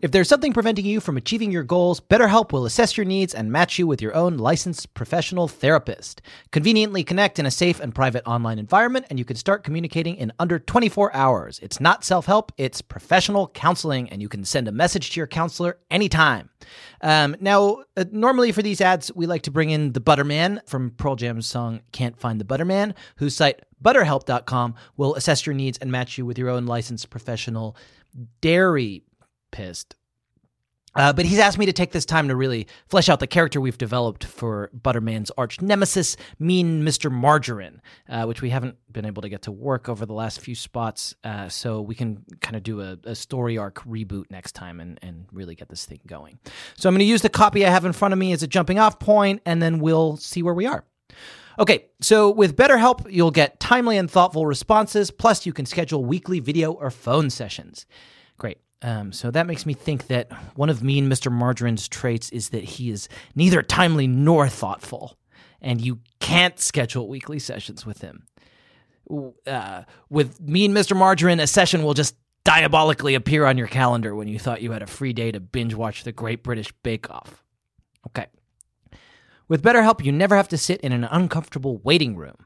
If there's something preventing you from achieving your goals, BetterHelp will assess your needs and match you with your own licensed professional therapist. Conveniently connect in a safe and private online environment, and you can start communicating in under 24 hours. It's not self help, it's professional counseling, and you can send a message to your counselor anytime. Um, now, uh, normally for these ads, we like to bring in the Butterman from Pearl Jam's song Can't Find the Butterman, whose site butterhelp.com will assess your needs and match you with your own licensed professional dairy pissed. Uh, but he's asked me to take this time to really flesh out the character we've developed for Butterman's arch nemesis, Mean Mr. Margarine, uh, which we haven't been able to get to work over the last few spots. Uh, so we can kind of do a, a story arc reboot next time and, and really get this thing going. So I'm going to use the copy I have in front of me as a jumping off point, and then we'll see where we are. Okay, so with BetterHelp, you'll get timely and thoughtful responses, plus, you can schedule weekly video or phone sessions. Great. Um, so that makes me think that one of Mean Mr. Margarine's traits is that he is neither timely nor thoughtful, and you can't schedule weekly sessions with him. W- Uh, with Mean Mr. Margarine, a session will just diabolically appear on your calendar when you thought you had a free day to binge watch the Great British Bake Off. Okay. With BetterHelp, you never have to sit in an uncomfortable waiting room.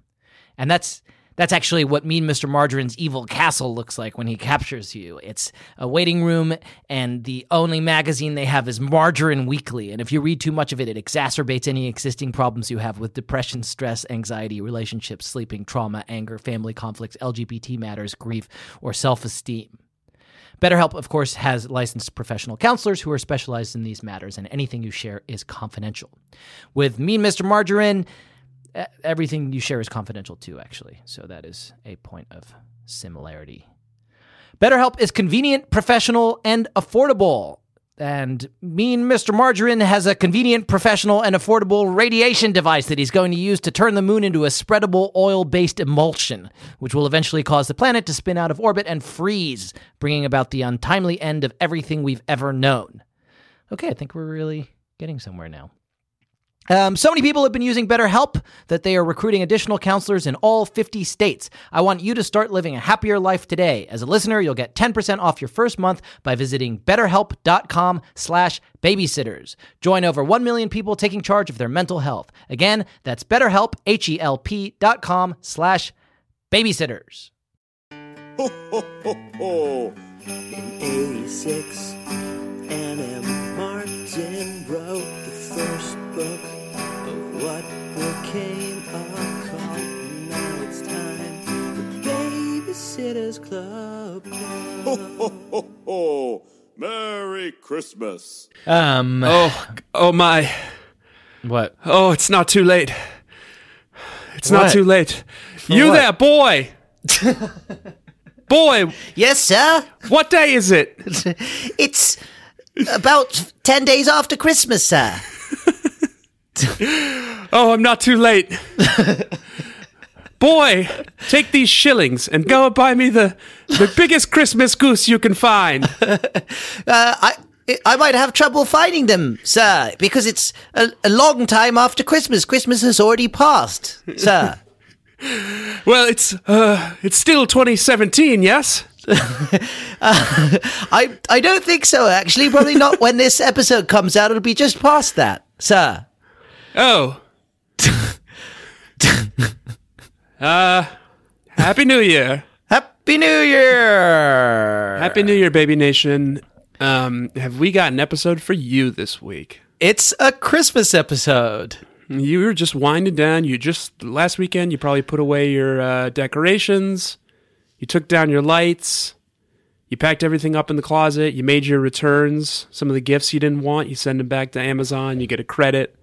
And that's that's actually what Mean Mr. Margarine's evil castle looks like when he captures you. It's a waiting room, and the only magazine they have is Margarine Weekly. And if you read too much of it, it exacerbates any existing problems you have with depression, stress, anxiety, relationships, sleeping, trauma, anger, family conflicts, LGBT matters, grief, or self esteem. BetterHelp, of course, has licensed professional counselors who are specialized in these matters, and anything you share is confidential. With Mean Mr. Margarine, e- everything you share is confidential too, actually. So that is a point of similarity. BetterHelp is convenient, professional, and affordable. And mean Mr. Margarine has a convenient, professional, and affordable radiation device that he's going to use to turn the moon into a spreadable oil based emulsion, which will eventually cause the planet to spin out of orbit and freeze, bringing about the untimely end of everything we've ever known. Okay, I think we're really getting somewhere now. Um, so many people have been using BetterHelp that they are recruiting additional counselors in all 50 states. I want you to start living a happier life today. As a listener, you'll get 10% off your first month by visiting betterhelp.com slash babysitters. Join over 1 million people taking charge of their mental health. Again, that's betterhelp, H-E-L-P dot com slash babysitters. Ho, ho, ho, ho. In 86, N.M. Martin wrote the first book of what became a cult. Now it's time for Babysitter's Club. Ho, ho, ho, ho. Merry Christmas. Um, Oh, oh my. what? Oh, it's not too late. It's What? not too late. you what? there, boy. boy, Yes, sir. what day is it? It's about 10 days after Christmas, sir. Oh, I'm not too late. boy, take these shillings and go and buy me the the biggest Christmas goose you can find. Uh, I. I might have trouble finding them, sir, because it's a, a long time after Christmas. Christmas has already passed, sir. Well, it's uh it's still 2017, yes? I I don't think so, actually. Probably not when this episode comes out. It'll be just past that, sir. Oh. uh Happy New Year. Happy New Year! Happy New Year, Baby Nation. Um, have we got an episode for you this week? It's a Christmas episode. You were just winding down. You just last weekend. You probably put away your uh, decorations. You took down your lights. You packed everything up in the closet. You made your returns. Some of the gifts you didn't want, you send them back to Amazon. You get a credit.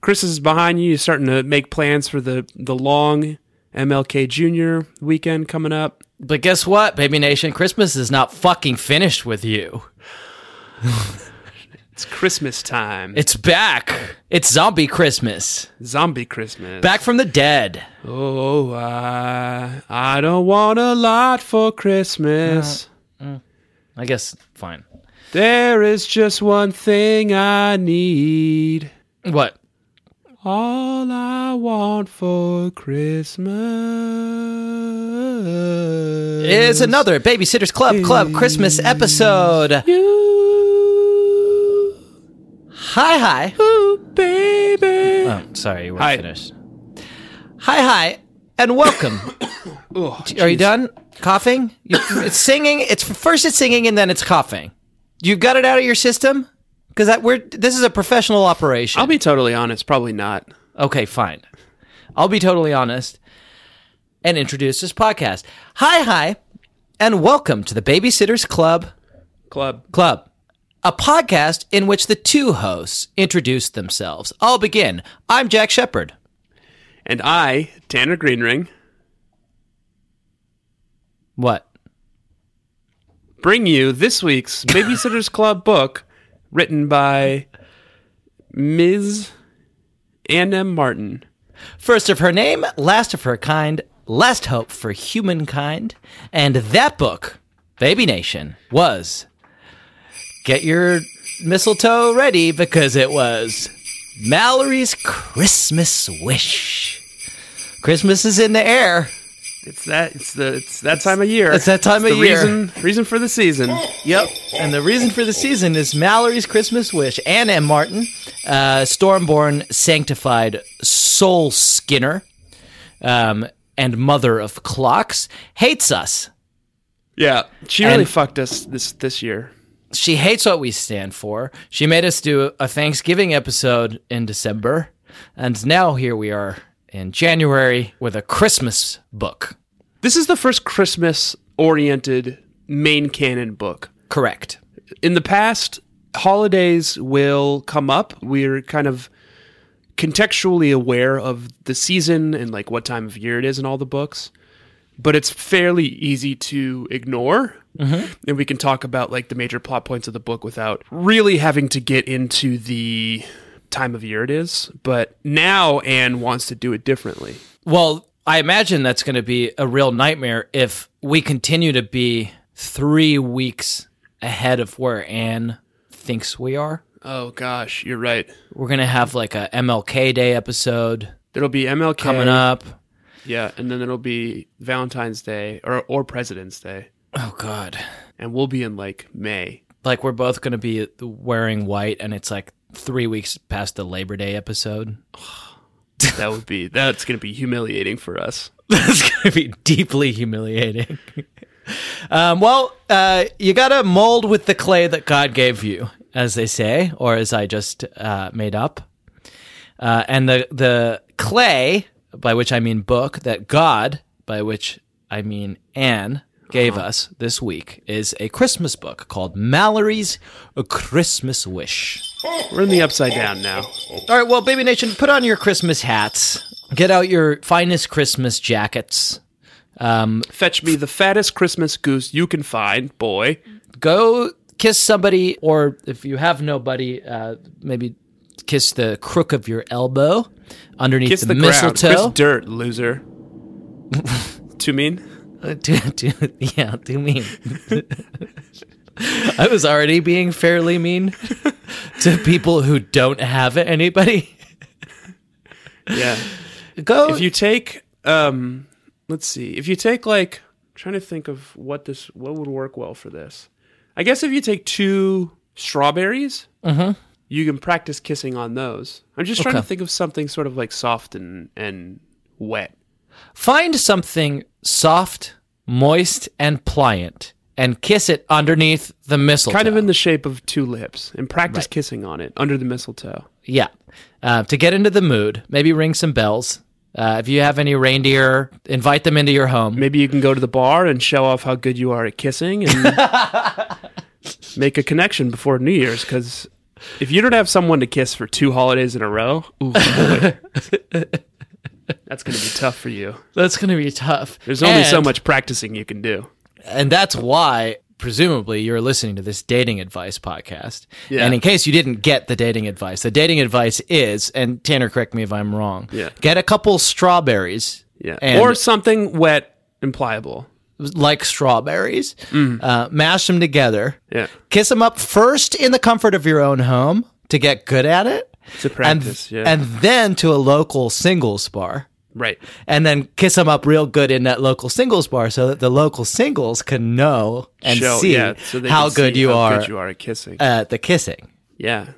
Chris is behind you. You're starting to make plans for the the long MLK Jr. weekend coming up. But guess what, Baby Nation? Christmas is not fucking finished with you. It's Christmas time. It's back. It's zombie Christmas. zombie Christmas. Back from the dead. Oh, I, I don't want a lot for Christmas. I guess fine. There is just one thing I need What? All I want for Christmas It's another Babysitter's Club Club Christmas episode. you, Hi, hi. baby. Oh, sorry, you weren't Hi. finished. Hi, hi. And welcome. Oh, Are you done coughing? You- It's singing. It's first it's singing and then it's coughing. You've got it out of your system? Because that we're this is a professional operation. I'll be totally honest, probably not. Okay, fine. I'll be totally honest and introduce this podcast. Hi, hi, and welcome to the Babysitters Club Club. Club, a podcast in which the two hosts introduce themselves. I'll begin. I'm Jack Shepard. And I, Tanner Greenring, What? bring you this week's Babysitter's Club book written by Ms. Ann M. Martin. First of her name, last of her kind, last hope for humankind. And that book, Baby Nation, was get your mistletoe ready because it was Mallory's Christmas Wish. Christmas is in the air. It's that it's the it's that time of year. it's that time It's of the year. Reason reason for the season. Yep. And the reason for the season is Mallory's Christmas Wish. Anna M. Martin, uh, Stormborn, sanctified soul skinner, um, and mother of clocks, hates us. Yeah. She really And- fucked us this this year. She hates what we stand for. She made us do a Thanksgiving episode in December. And now here we are in January with a Christmas book. This is the first Christmas oriented main canon book. Correct. in the past, holidays will come up. We're kind of contextually aware of the season and like what time of year it is in all the books, but it's fairly easy to ignore. Mm-hmm. And we can talk about like the major plot points of the book without really having to get into the time of year it is. But now Anne wants to do it differently. Well, I imagine that's going to be a real nightmare if we continue to be three weeks ahead of where Anne thinks we are. Oh gosh, you're right. We're going to have like a MLK Day episode There'll be MLK coming up. Yeah, and then it'll be Valentine's Day or or President's Day. Oh, God. and we'll be in like May. Like, we're both going to be wearing white, and it's like three weeks past the Labor Day episode. That would be that's going to be humiliating for us. That's going to be deeply humiliating. um, well, uh, you got to mold with the clay that God gave you, as they say, or as I just uh, made up. Uh, and the the clay, by which I mean book, that God, by which I mean Anne, gave us this week is a Christmas book called Mallory's A Christmas Wish. We're in the upside down now. All right, well, Baby Nation, put on your Christmas hats. Get out your finest Christmas jackets. Fetch me the fattest Christmas goose you can find, boy. go kiss somebody or if you have nobody uh, maybe kiss the crook of your elbow underneath Kiss the, the, mistletoe ground, kiss dirt, loser. Too mean? Do- do- yeah do mean i was already being fairly mean to people who don't have anybody Yeah. go If you take, um, let's see. If you take like, I'm trying to think of what this what would work well for this. I guess if you take two strawberries, you can practice kissing on those. I'm just trying Mm-hmm. to Okay. think of something sort of like soft and and wet. find something soft moist and pliant and kiss it underneath the mistletoe kind of in the shape of two lips and practice kissing on it under the mistletoe. Yeah. Uh, to get into the mood, maybe ring some bells. Uh, if you have any reindeer, invite them into your home. Maybe you can go to the bar and show off how good you are at kissing and make a connection before New Year's because if you don't have someone to kiss for two holidays in a row, ooh, boy. that's going to be tough for you. That's going to be tough. There's only so And- much practicing you can do. And that's why, presumably, you're listening to this dating advice podcast. Yeah. And in case you didn't get the dating advice, the dating advice is, and Tanner, correct me if I'm wrong, Yeah. get a couple strawberries. Yeah. And- or something wet and pliable. like strawberries, uh, mash them together, Mm. Yeah. kiss them up first in the comfort of your own home to get good at it, To practice, and, yeah. and then to a local singles bar. Right. And then kiss them up real good in that local singles bar, so that the local singles can know and Show- see yeah, so they how can good see you how are Good you are at kissing. at the kissing. yeah.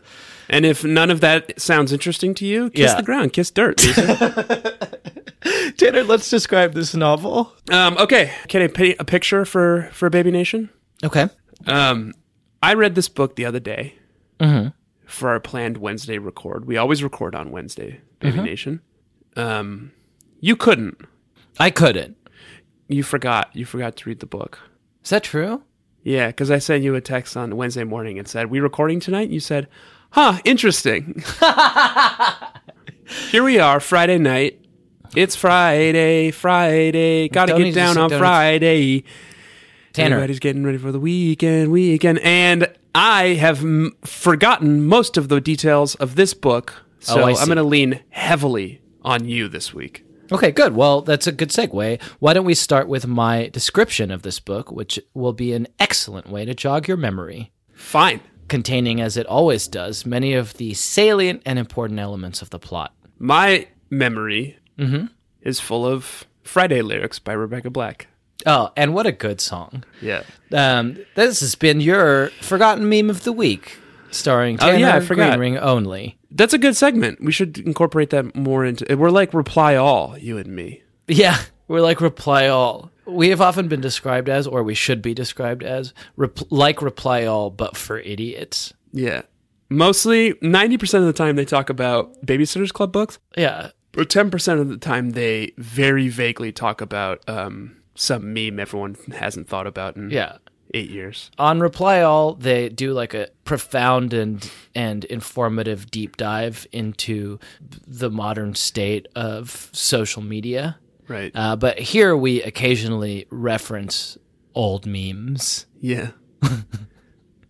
And if none of that sounds interesting to you, kiss Yeah. the ground, kiss dirt. Lisa. Tanner, let's describe this novel. um, okay, can I paint a picture for for Baby Nation? Okay. Um, I read this book the other day for our planned Wednesday record. We always record on Wednesday, Baby Nation. Um, you couldn't. I couldn't. You forgot. You forgot to read the book. Is that true? Yeah, because I sent you a text on Wednesday morning and said, "We recording tonight." You said, "Huh, interesting." Here we are, Friday night. It's Friday, Friday. Got to Don't need get to down sit on down. Friday. Tanner. Everybody's getting ready for the weekend, weekend, and I have m- forgotten most of the details of this book, so Oh, I see. I'm going to lean heavily on you this week. Okay, good. Well, that's a good segue. Why don't we start with my description of this book, which will be an excellent way to jog your memory, Fine, containing, as it always does, many of the salient and important elements of the plot. my memory Mm-hmm. is full of Friday lyrics by Rebecca Black. Oh, and what a good song. Yeah. Um, this has been your Forgotten Meme of the Week, starring Oh, Tanner yeah, I forgot. Green Ring only. That's a good segment. We should incorporate that more into. We're like reply all, you and me. Yeah, we're like reply all. We have often been described as, or we should be described as, rep- like reply all, but for idiots. Yeah. Mostly, ninety percent of the time they talk about Babysitters Club books, Yeah, but ten percent of the time they very vaguely talk about um, some meme everyone hasn't thought about in yeah. eight years. on reply all they do like a profound and and informative deep dive into the modern state of social media Right. uh, but here we occasionally reference old memes yeah.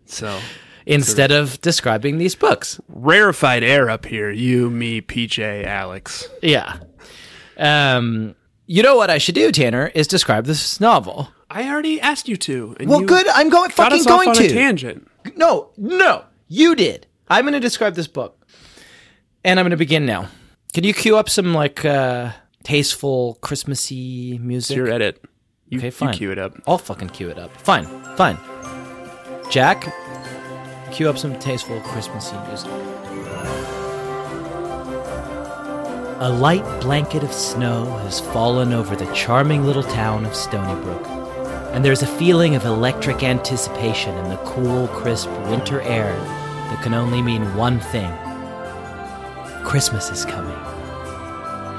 so instead of describing these books rarefied air up here. You, me, PJ, Alex. yeah um you know what i should do tanner is describe this novel I already asked you to. And Well, you good. I'm going got fucking us going off on to. a tangent. No, no, you did. I'm going to describe this book, and I'm going to begin now. Can you cue up some like uh, tasteful Christmassy music? It's your edit. You, okay, fine. you cue it up. I'll fucking cue it up. Fine, fine. Jack, cue up some tasteful Christmassy music. A light blanket of snow has fallen over the charming little town of Stony Brook, and there's a feeling of electric anticipation in the cool, crisp winter air that can only mean one thing Christmas is coming.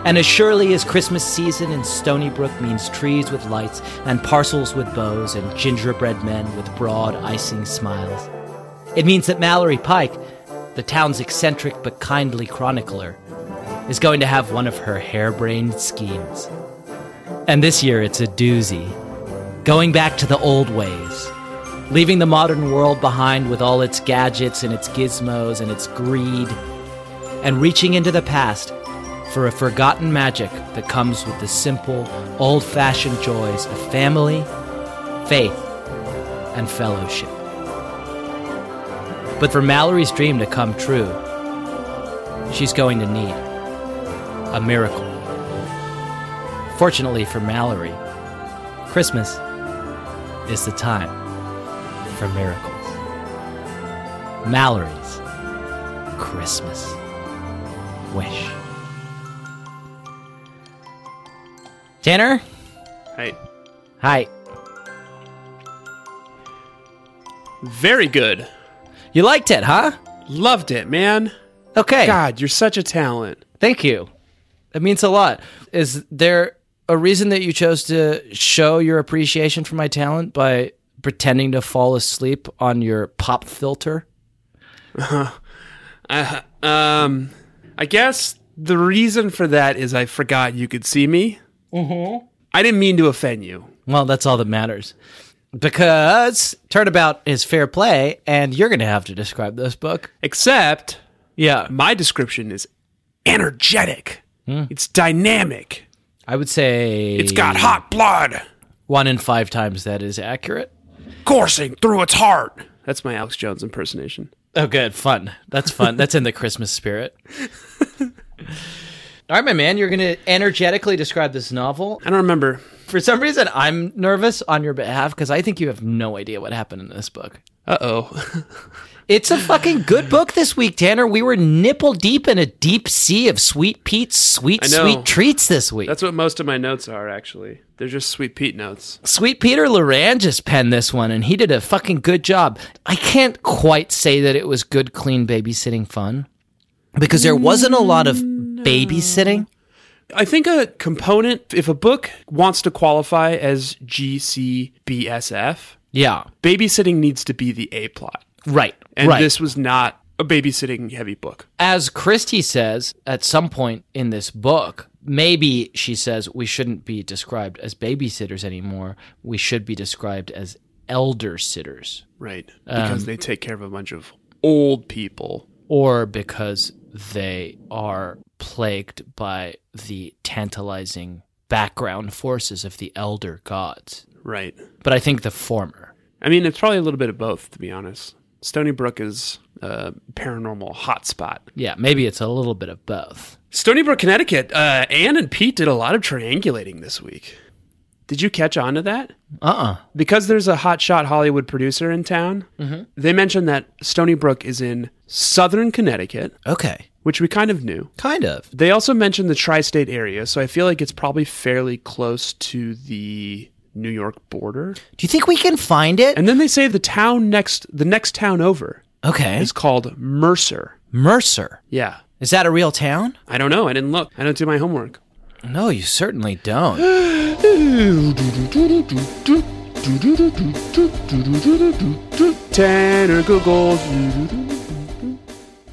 And as surely as Christmas season in Stony Brook means trees with lights and parcels with bows and gingerbread men with broad, icing smiles, it means that Mallory Pike, the town's eccentric but kindly chronicler, is going to have one of her harebrained schemes. And this year it's a doozy. Going back to the old ways, leaving the modern world behind with all its gadgets and its gizmos and its greed, and reaching into the past for a forgotten magic that comes with the simple, old fashioned joys of family, faith, and fellowship. But for Mallory's dream to come true, she's going to need a miracle. Fortunately for Mallory, Christmas is the time for miracles. Mallory's Christmas wish. Tanner? Hey. Hi. Very good. You liked it, huh? Loved it, man. Okay. God, you're such a talent. Thank you. That means a lot. Is there a reason that you chose to show your appreciation for my talent by pretending to fall asleep on your pop filter? Um, I guess the reason for that is I forgot you could see me. Mm-hmm. I didn't mean to offend you. Well, that's all that matters. Because Turnabout is fair play, and you're going to have to describe this book. Except Yeah. my description is energetic. It's dynamic. I would say It's got hot blood one in five times that is accurate. coursing through its heart. That's my Alex Jones impersonation. Oh, good. Fun. That's fun. That's in the Christmas spirit. All right, my man, you're going to energetically describe this novel. I don't remember. For some reason, I'm nervous on your behalf because I think you have no idea what happened in this book. Uh oh. It's a fucking good book this week, Tanner. We were nipple deep in a deep sea of sweet Pete's sweet, I know. sweet treats this week. That's what most of my notes are, actually. They're just Sweet Pete notes. Sweet Peter Loran just penned this one, and he did a fucking good job. I can't quite say that it was good, clean babysitting fun because there wasn't a lot of babysitting. I think a component, if a book wants to qualify as GCBSF, Yeah, babysitting needs to be the A plot. right, And right. this was not a babysitting heavy book. As Christie says at some point in this book, maybe she says we shouldn't be described as babysitters anymore. We should be described as elder sitters. Right. Because they take care of a bunch of old people. or because they are plagued by the tantalizing background forces of the elder gods. Right. But I think the former. I mean, it's probably a little bit of both, to be honest. Stony Brook is a paranormal hotspot. Yeah, maybe it's a little bit of both. Stony Brook, Connecticut. Uh, Anne and Pete did a lot of triangulating this week. Did you catch on to that? Uh uh Because there's a hotshot Hollywood producer in town, they mentioned that Stony Brook is in southern Connecticut, Okay. which we kind of knew. Kind of. They also mentioned the tri state area, so I feel like it's probably fairly close to the New York border. Do you think we can find it? And then they say the town next, the next town over, Okay. is called Mercer. Mercer. Yeah. Is that a real town? I don't know. I didn't look. I don't do my homework. No, you certainly don't. Tanner Googles.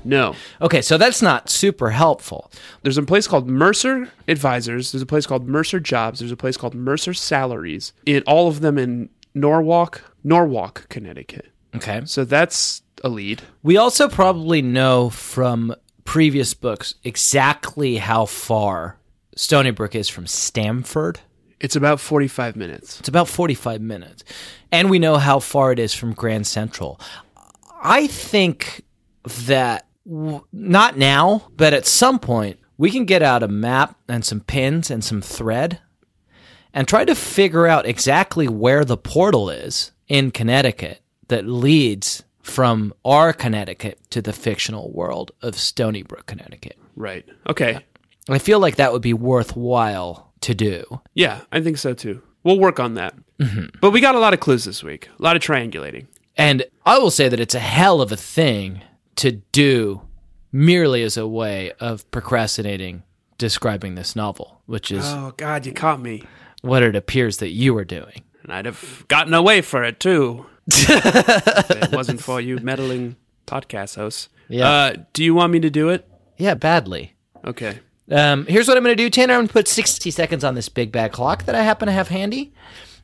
No. okay, so that's not super helpful. There's a place called Mercer Advisors. There's a place called Mercer Jobs. There's a place called Mercer Salaries. In all of them in Norwalk, Norwalk, Connecticut. Okay. So that's a lead. We also probably know from previous books exactly how far Stony Brook is from Stamford. It's about 45 minutes. It's about 45 minutes. And we know how far it is from Grand Central. I think that w- not now, but at some point, we can get out a map and some pins and some thread and try to figure out exactly where the portal is in Connecticut that leads from our Connecticut to the fictional world of Stony Brook, Connecticut. Right. Okay. I feel like that would be worthwhile to do. Yeah, I think so too. We'll work on that. But we got a lot of clues this week, a lot of triangulating. And I will say that it's a hell of a thing to do merely as a way of procrastinating describing this novel, which is Oh, God, you caught me. what it appears that you are doing. And I'd have gotten away for it too. if it wasn't for you meddling podcast hosts. Yeah. Uh, do you want me to do it? Yeah, badly. Okay. Um, here's what I'm going to do, Tanner. I'm going to put 60 seconds on this big bad clock that I happen to have handy.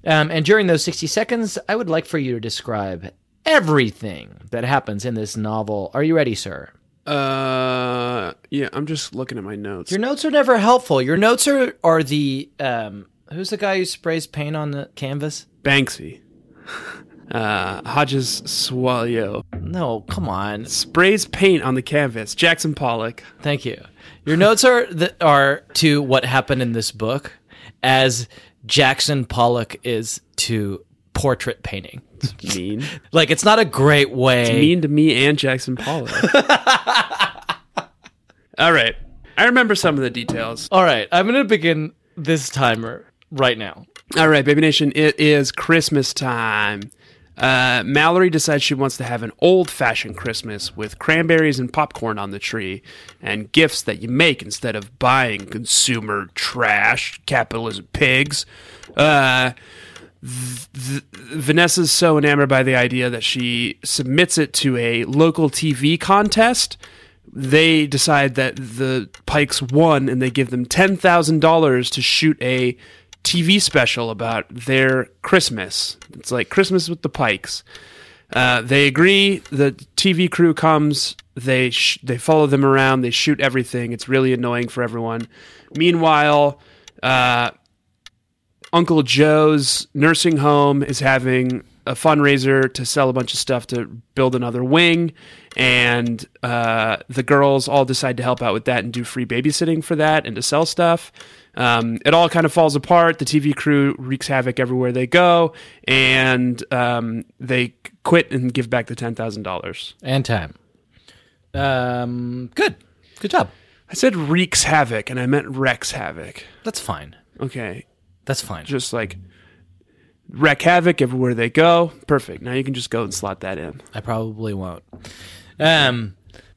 Um, and during those 60 seconds, I would like for you to describe everything that happens in this novel. Are you ready, sir? Uh, yeah, I'm just looking at my notes. Your notes are never helpful. Your notes are, are the. Um, who's the guy who sprays paint on the canvas? Banksy. Uh, Hodges Swallow No, come on. sprays paint on the canvas. Jackson Pollock. Thank you. Your notes are th- are to what happened in this book as Jackson Pollock is to portrait painting. It's mean. Like it's not a great way. mean to me and Jackson Pollock. All right. I remember some of the details. All right, I'm going to begin this timer right now. All right, Baby Nation, it is Christmas time. Uh, Mallory decides she wants to have an old fashioned Christmas with cranberries and popcorn on the tree and gifts that you make instead of buying consumer trash, capitalism pigs. Uh, th- Vanessa's so enamored by the idea that she submits it to a local TV contest. They decide that the Pikes won and they give them $10,000 to shoot a TV special about their Christmas. It's like Christmas with the Pikes. Uh, they agree. The TV crew comes. They sh- they follow them around. They shoot everything. It's really annoying for everyone. Meanwhile, uh, Uncle Joe's nursing home is having a fundraiser to sell a bunch of stuff to build another wing, and uh, the girls all decide to help out with that and do free babysitting for that and to sell stuff. Um, it all kind of falls apart. The TV crew wreaks havoc everywhere they go, and um, they quit and give back the ten thousand dollars. and time. Um, good, good job. I said wreaks havoc, and I meant wrecks havoc. That's fine. Okay, That's fine. just like wreck havoc everywhere they go. Perfect. Now you can just go and slot that in. I probably won't. Um,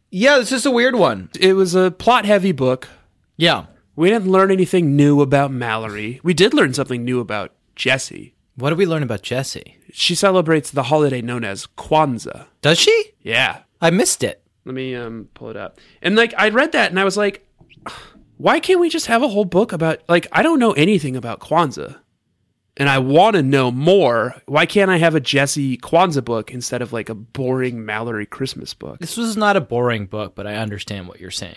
yeah, this is a weird one. It was a plot heavy book. Yeah. We didn't learn anything new about Mallory. We did learn something new about Jessie. What did we learn about Jesse? She celebrates the holiday known as Kwanzaa. Does she? Yeah. I missed it. Let me um pull it up. And like I read that and I was like why can't we just have a whole book about like I don't know anything about Kwanzaa. And I want to know more. Why can't I have a Jesse Kwanzaa book instead of like a boring Mallory Christmas book? This was not a boring book, but I understand what you're saying.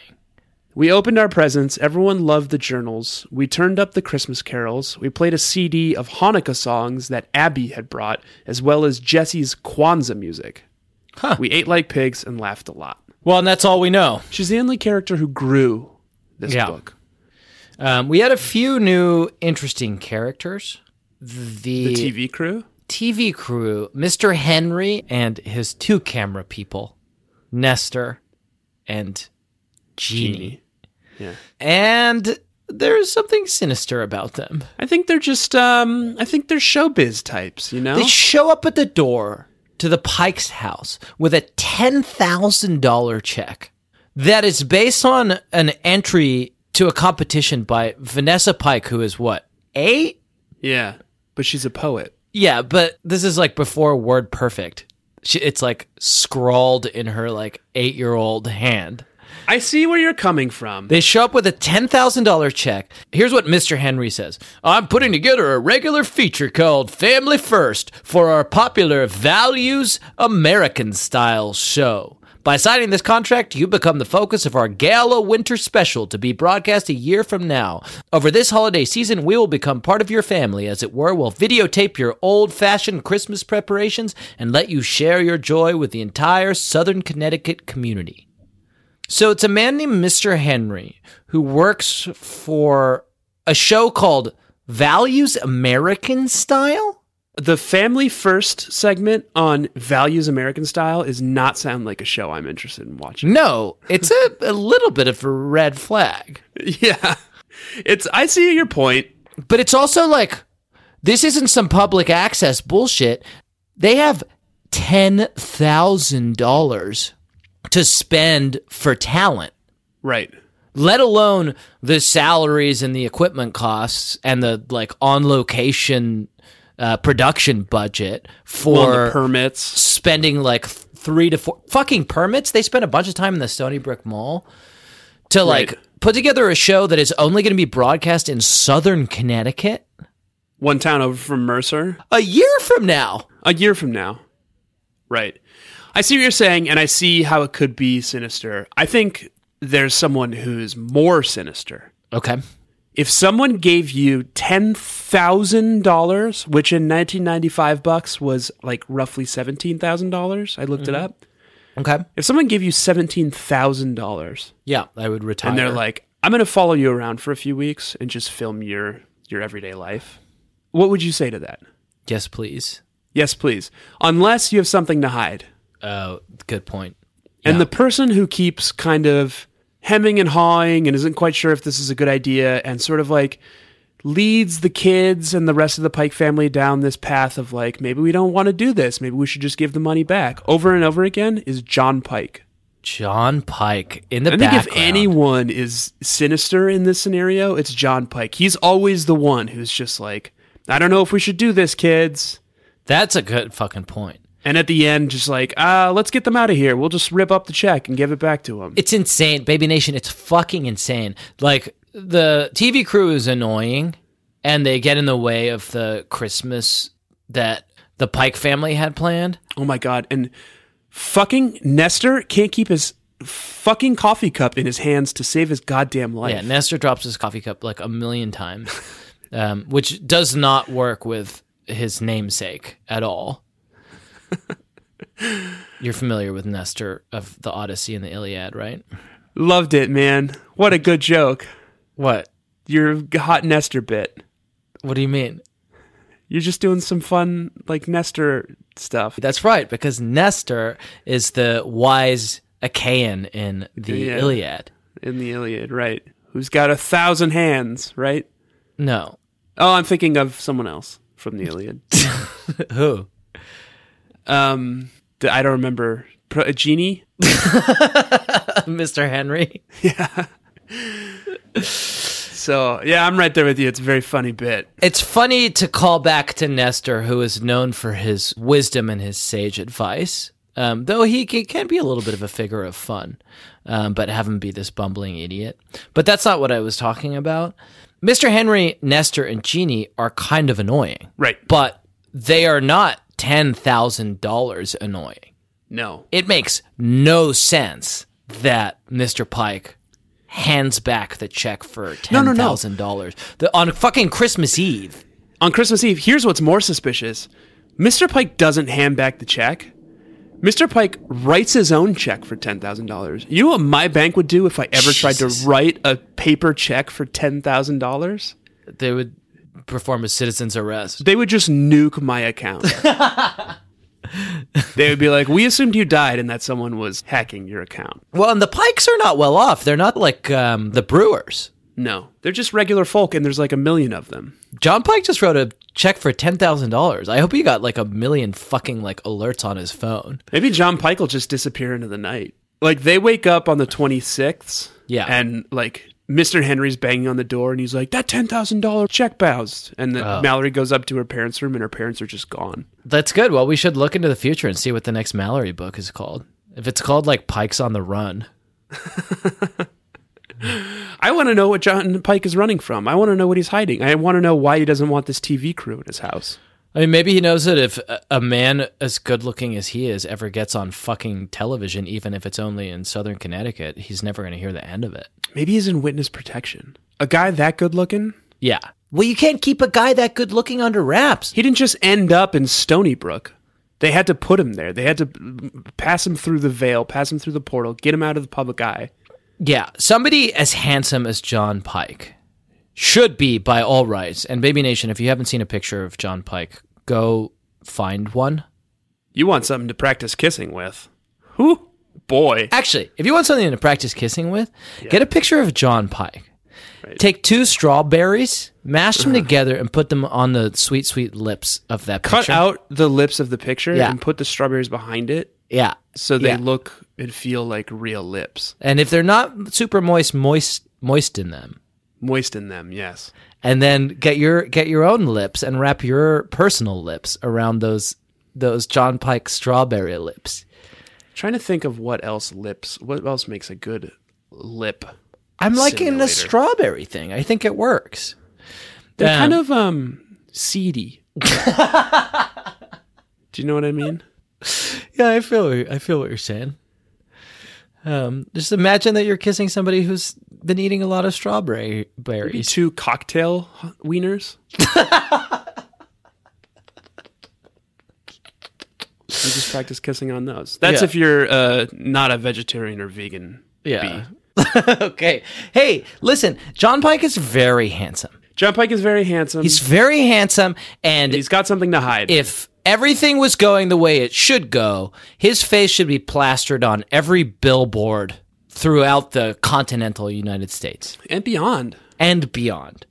We opened our presents. Everyone loved the journals. We turned up the Christmas carols. We played a CD of Hanukkah songs that Abby had brought, as well as Jesse's Kwanzaa music. Huh. We ate like pigs and laughed a lot. Well, and that's all we know. She's the only character who grew this Yeah. book. Um, we had a few new interesting characters. The, The TV crew? TV crew, Mr. Henry and his two camera people, Nestor and Genie. Yeah. And there's something sinister about them. I think they're just, um, I think they're showbiz types, you know? They show up at the door to the Pike's house with a $10,000 check that is based on an entry to a competition by Vanessa Pike, who is what, eight? yeah. But she's a poet. Yeah, but this is like before Word Perfect. She, it's like scrawled in her like eight year old hand. I see where you're coming from. They show up with a $10,000 check. Here's what Mr. Henry says I'm putting together a regular feature called Family First for our popular Values American Style show. By signing this contract, you become the focus of our gala winter special to be broadcast a year from now. Over this holiday season, we will become part of your family, as it were. We'll videotape your old fashioned Christmas preparations and let you share your joy with the entire Southern Connecticut community. So it's a man named Mr. Henry who works for a show called Values American Style. The family first segment on Values American Style is not sound like a show I'm interested in watching. No, it's a, a little bit of a red flag. Yeah. It's I see your point. But it's also like this isn't some public access bullshit. They have $10,000 to spend for talent. Right. let alone the salaries and the equipment costs and the like on location uh, production budget Well, and for the permits. spending like th- three to four fucking permits. They spent a bunch of time in the Stony Brook Mall to like Right. put together a show that is only going to be broadcast in Southern Connecticut One town over from Mercer. a year from now. A year from now. Right. I see what you're saying and I see how it could be sinister. I think there's someone who's more sinister. Okay. If someone gave you $10,000, which in 1995 bucks was like roughly $17,000, I looked it up. Okay. If someone gave you seventeen thousand dollars Yeah, I would retire. and they're like, "I'm going to follow you around for a few weeks and just film your your everyday life," what would you say to that? "Yes, please." Yes, please. Unless you have something to hide. Oh, good point. And Yeah. the person who keeps kind of hemming and hawing and isn't quite sure if this is a good idea and sort of like leads the kids and the rest of the Pike family down this path of like, maybe we don't want to do this. Maybe we should just give the money back over and over again is John Pike. John Pike in the I think background. if anyone is sinister in this scenario, it's John Pike. He's always the one who's just like, I don't know if we should do this, kids. That's a good fucking point. And at the end, just like, uh, let's get them out of here. We'll just rip up the check and give it back to them. It's insane, Baby Nation. It's fucking insane. Like the TV crew is annoying, and they get in the way of the Christmas that the Pike family had planned. oh my God. And fucking Nestor can't keep his fucking coffee cup in his hands to save his goddamn life. Yeah, Nestor drops his coffee cup like a million times, um, which does not work with his namesake at all. You're familiar with Nestor of the Odyssey and the Iliad, right? Loved it, man. What a good joke. What? Your hot Nestor bit. What do you mean? You're just doing some fun, like Nestor stuff. That's right, because Nestor is the wise Achaean in the Yeah. Iliad. in the Iliad, right? Who's got a thousand hands, right? No. Oh, I'm thinking of someone else from the Iliad. Who? Um, th- I don't remember. Pro- A genie? Mr. Henry. So yeah, I'm right there with you. It's a very funny bit. It's funny to call back to Nestor, who is known for his wisdom and his sage advice, um, though he can, can be a little bit of a figure of fun, um, but have him be this bumbling idiot. But that's not what I was talking about. Mr. Henry, Nestor, and Genie are kind of annoying, Right? but they are not $10,000 annoying. No. It makes no sense that Mr. Pike hands back the check for No, no, $10,000 no. The- on fucking Christmas Eve. On Christmas Eve, here's what's more suspicious: Mr. Pike doesn't hand back the check. Mr. Pike writes his own check for ten thousand dollars. You know what my bank would do if I ever tried to Jesus. write a paper check for ten thousand dollars? they would perform a citizen's arrest. they would just nuke my account. they would be like, "We assumed you died and that someone was hacking your account." Well, and the Pikes are not well off. They're not like um, the Brewers. No, they're just regular folk, and there's like a million of them. John Pike just wrote a check for ten thousand dollars. I hope he got like a million fucking like alerts on his phone. Maybe John Pike will just disappear into the night. Like they wake up on the 26th, Yeah. and like Mr. Henry's banging on the door, and he's like, "That ten thousand dollar check bounced," and then Mallory goes up to her parents' room, and her parents are just gone. That's good. Well, we should look into the future and see what the next Mallory book is called. If it's called like Pikes on the Run, I want to know what John Pike is running from. I want to know what he's hiding. I want to know why he doesn't want this TV crew in his house. I mean, maybe he knows that if a- a man as good looking as he is ever gets on fucking television, even if it's only in Southern Connecticut, he's never going to hear the end of it. Maybe he's in witness protection. A guy that good looking? Yeah. Well, you can't keep a guy that good looking under wraps. He didn't just end up in Stony Brook. They had to put him there. They had to mm, pass him through the veil, pass him through the portal, get him out of the public eye. Yeah, somebody as handsome as John Pike should be by all rights. And Baby Nation, if you haven't seen a picture of John Pike, go find one. You want something to practice kissing with. Whew, boy. Actually, if you want something to practice kissing with, get a picture of John Pike. Take two strawberries, mash them together, and put them on the sweet, sweet lips of that Uh-huh. Cut picture. out the lips of the picture Yeah. and put the strawberries behind it yeah. so they Yeah. look and feel like real lips. And if they're not super moist, moist, moisten them. Moisten them, yes. and then get your get your own lips and wrap your personal lips around those those John Pike strawberry lips. Trying to think of what else lips, what else makes a good lip. I'm liking the Simulator. strawberry thing. I think it works. They're Um, kind of um seedy. Do you know what I mean? yeah. I feel I feel what you're saying. Um, just imagine that you're kissing somebody who's been eating a lot of strawberry berries. Two cocktail wieners. you just practice kissing on those. That's Yeah. if you're uh, not a vegetarian or vegan. Yeah. okay. Hey, listen. John Pike is very handsome. John Pike is very handsome. He's very handsome, and he's got something to hide. if everything was going the way it should go, his face should be plastered on every billboard throughout the continental United States and beyond. and beyond.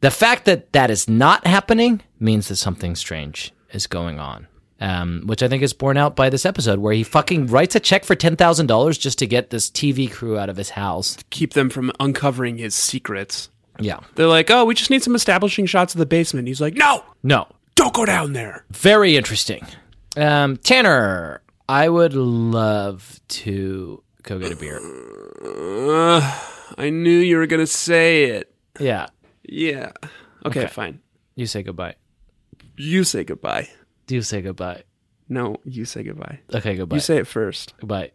The fact that that is not happening means that something strange is going on, um, which I think is borne out by this episode where he fucking writes a check for $10,000 just to get this TV crew out of his house. Keep them from uncovering his secrets. Yeah. They're like, oh, we just need some establishing shots of the basement. He's like, no, No, don't go down there. Very interesting. Um, Tanner, I would love to go get a beer. I knew you were going to say it. Yeah. Yeah. okay. fine. You say goodbye. You say goodbye. Do you say goodbye? No, you say goodbye. Okay, goodbye. You say it first. goodbye.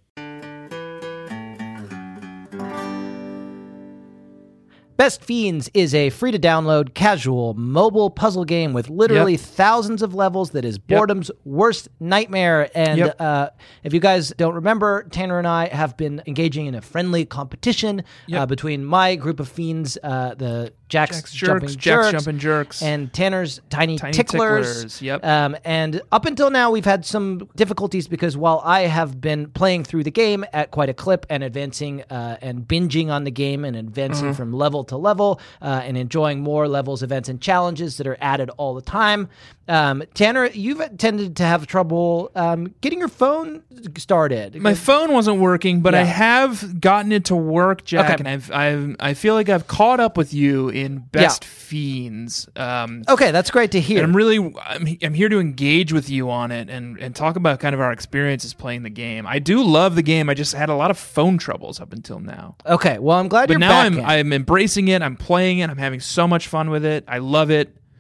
Best Fiends is a free to download casual mobile puzzle game with literally Yep. thousands of levels that is boredom's worst nightmare. And Yep. uh, if you guys don't remember, Tanner and I have been engaging in a friendly competition uh, between my group of fiends, uh, the Jack's, Jack's Jerks, Jumping Jack's Jerks, Jumping Jerks. and Tanner's Tiny, Tiny Ticklers. Ticklers, yep. Um, and up until now, we've had some difficulties because while I have been playing through the game at quite a clip and advancing uh, and binging on the game and Mm-hmm. advancing from level to level uh, and enjoying more levels, events, and challenges that are added all the time, um, Tanner, you've tended to have trouble um, getting your phone started. My phone wasn't working, but I Yeah. have gotten it to work, Jack, Okay. and I've, I've I feel like I've caught up with you in Best Fiends. Um, okay, that's great to hear. and I'm really I'm, I'm here to engage with you on it and and talk about kind of our experiences playing the game. I do love the game. I just had a lot of phone troubles up until now. okay, well, I'm glad But you're now back I'm in. I'm embracing it. I'm playing it. I'm having so much fun with it. I love it.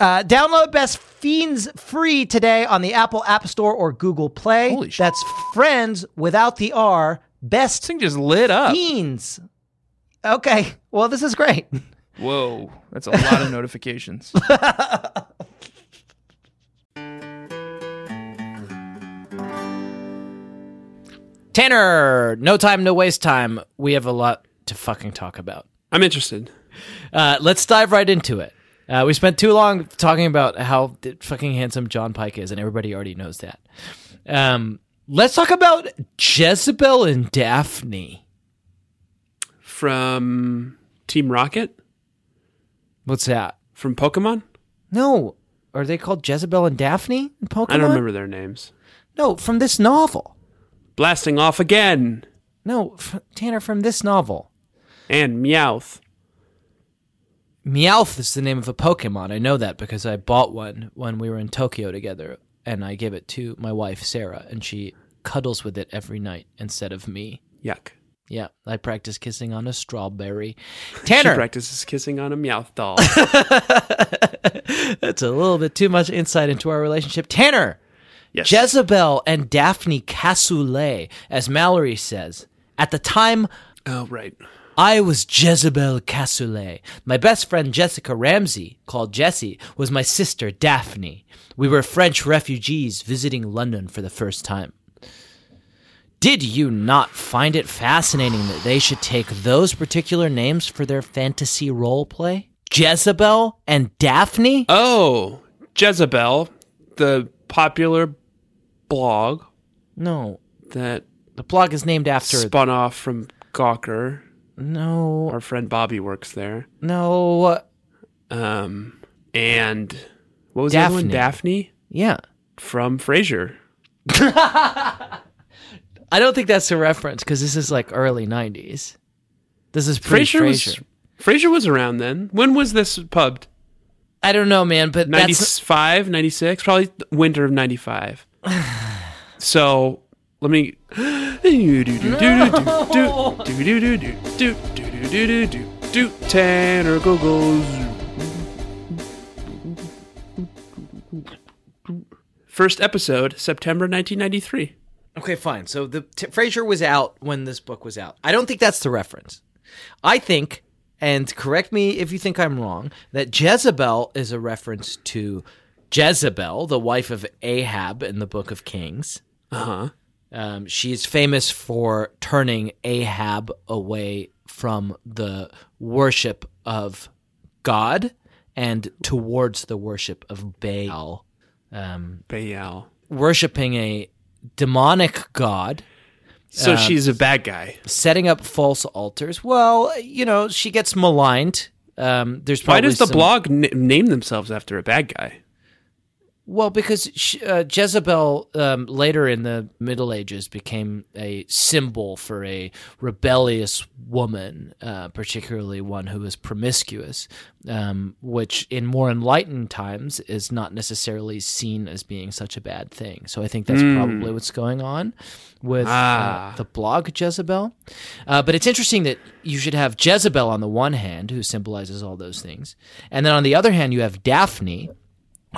Uh, download Best Fiends free today on the Apple App Store or Google Play. Holy sh- That's friends without the R. This Best thing just lit up. Fiends. Okay. Well, this is great. Whoa, that's a lot of notifications. Tanner, no time, no waste time. We have a lot to fucking talk about. I'm interested. Uh, let's dive right into it. Uh, we spent too long talking about how th- fucking handsome John Pike is, and everybody already knows that. Um, let's talk about Jezebel and Daphne. From Team Rocket? What's that? From Pokemon? No, are they called Jezebel and Daphne in Pokemon? I don't remember their names. No, from this novel. Blasting off again. No, f- Tanner, from this novel. And Meowth. Meowth is the name of a Pokemon. I know that because I bought one when we were in Tokyo together, and I gave it to my wife, Sarah, and she cuddles with it every night instead of me. Yuck. Yeah, I practice kissing on a strawberry. She Tanner, practices kissing on a Meowth doll. that's a little bit too much insight into our relationship. Tanner, Yes. Jezebel and Daphne Cassoulet, as Mallory says, at the time oh, right. I was Jezebel Cassoulet. My best friend Jessica Ramsey, called Jessie, was my sister Daphne. We were French refugees visiting London for the first time. Did you not find it fascinating that they should take those particular names for their fantasy role play? Jezebel and Daphne? Uh, Oh, Jezebel, the popular blog No, that the blog is named after. spun off from Gawker. no, Our friend Bobby works there. no. Um, and what was the other one? Daphne. Daphne Yeah, from Frasier. I don't think that's a reference because this is like early '90s. This is pre Frasier Frasier. was Frasier was around then. When was this pubbed? I don't know, man, but that's 95, 96, probably th- winter of 95. so let me. Tanner Googles. First episode, September 1993. Okay, fine. So the t- Frasier was out when this book was out. I don't think that's the reference. I think, and correct me if you think I'm wrong, that Jezebel is a reference to Jezebel, the wife of Ahab in the Book of Kings. Uh huh. Um, she's famous for turning Ahab away from the worship of God and towards the worship of Baal. Um, Bayal. worshipping a demonic god So she's a bad guy. setting up false altars. Well, you know, she gets maligned. Um, there's Why probably does the some- blog n- name themselves after a bad guy? Well, because she, uh, Jezebel um, later in the Middle Ages became a symbol for a rebellious woman, uh, particularly one who was promiscuous, um, which in more enlightened times is not necessarily seen as being such a bad thing. So I think that's probably what's going on with Ah. uh, the blog Jezebel. Uh, but it's interesting that you should have Jezebel on the one hand, who symbolizes all those things, and then on the other hand, you have Daphne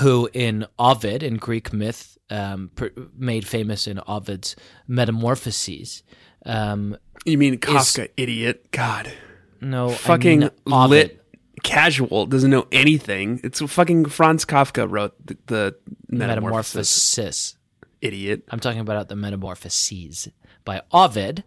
who in Ovid, in Greek myth, um, pr- made famous in Ovid's Metamorphoses. Um, You mean Kafka, idiot? God. no, fucking I mean Ovid. lit casual doesn't know anything it's fucking franz kafka wrote the, the metamorphosis, Metamorphosis. idiot I'm talking about the Metamorphoses by Ovid.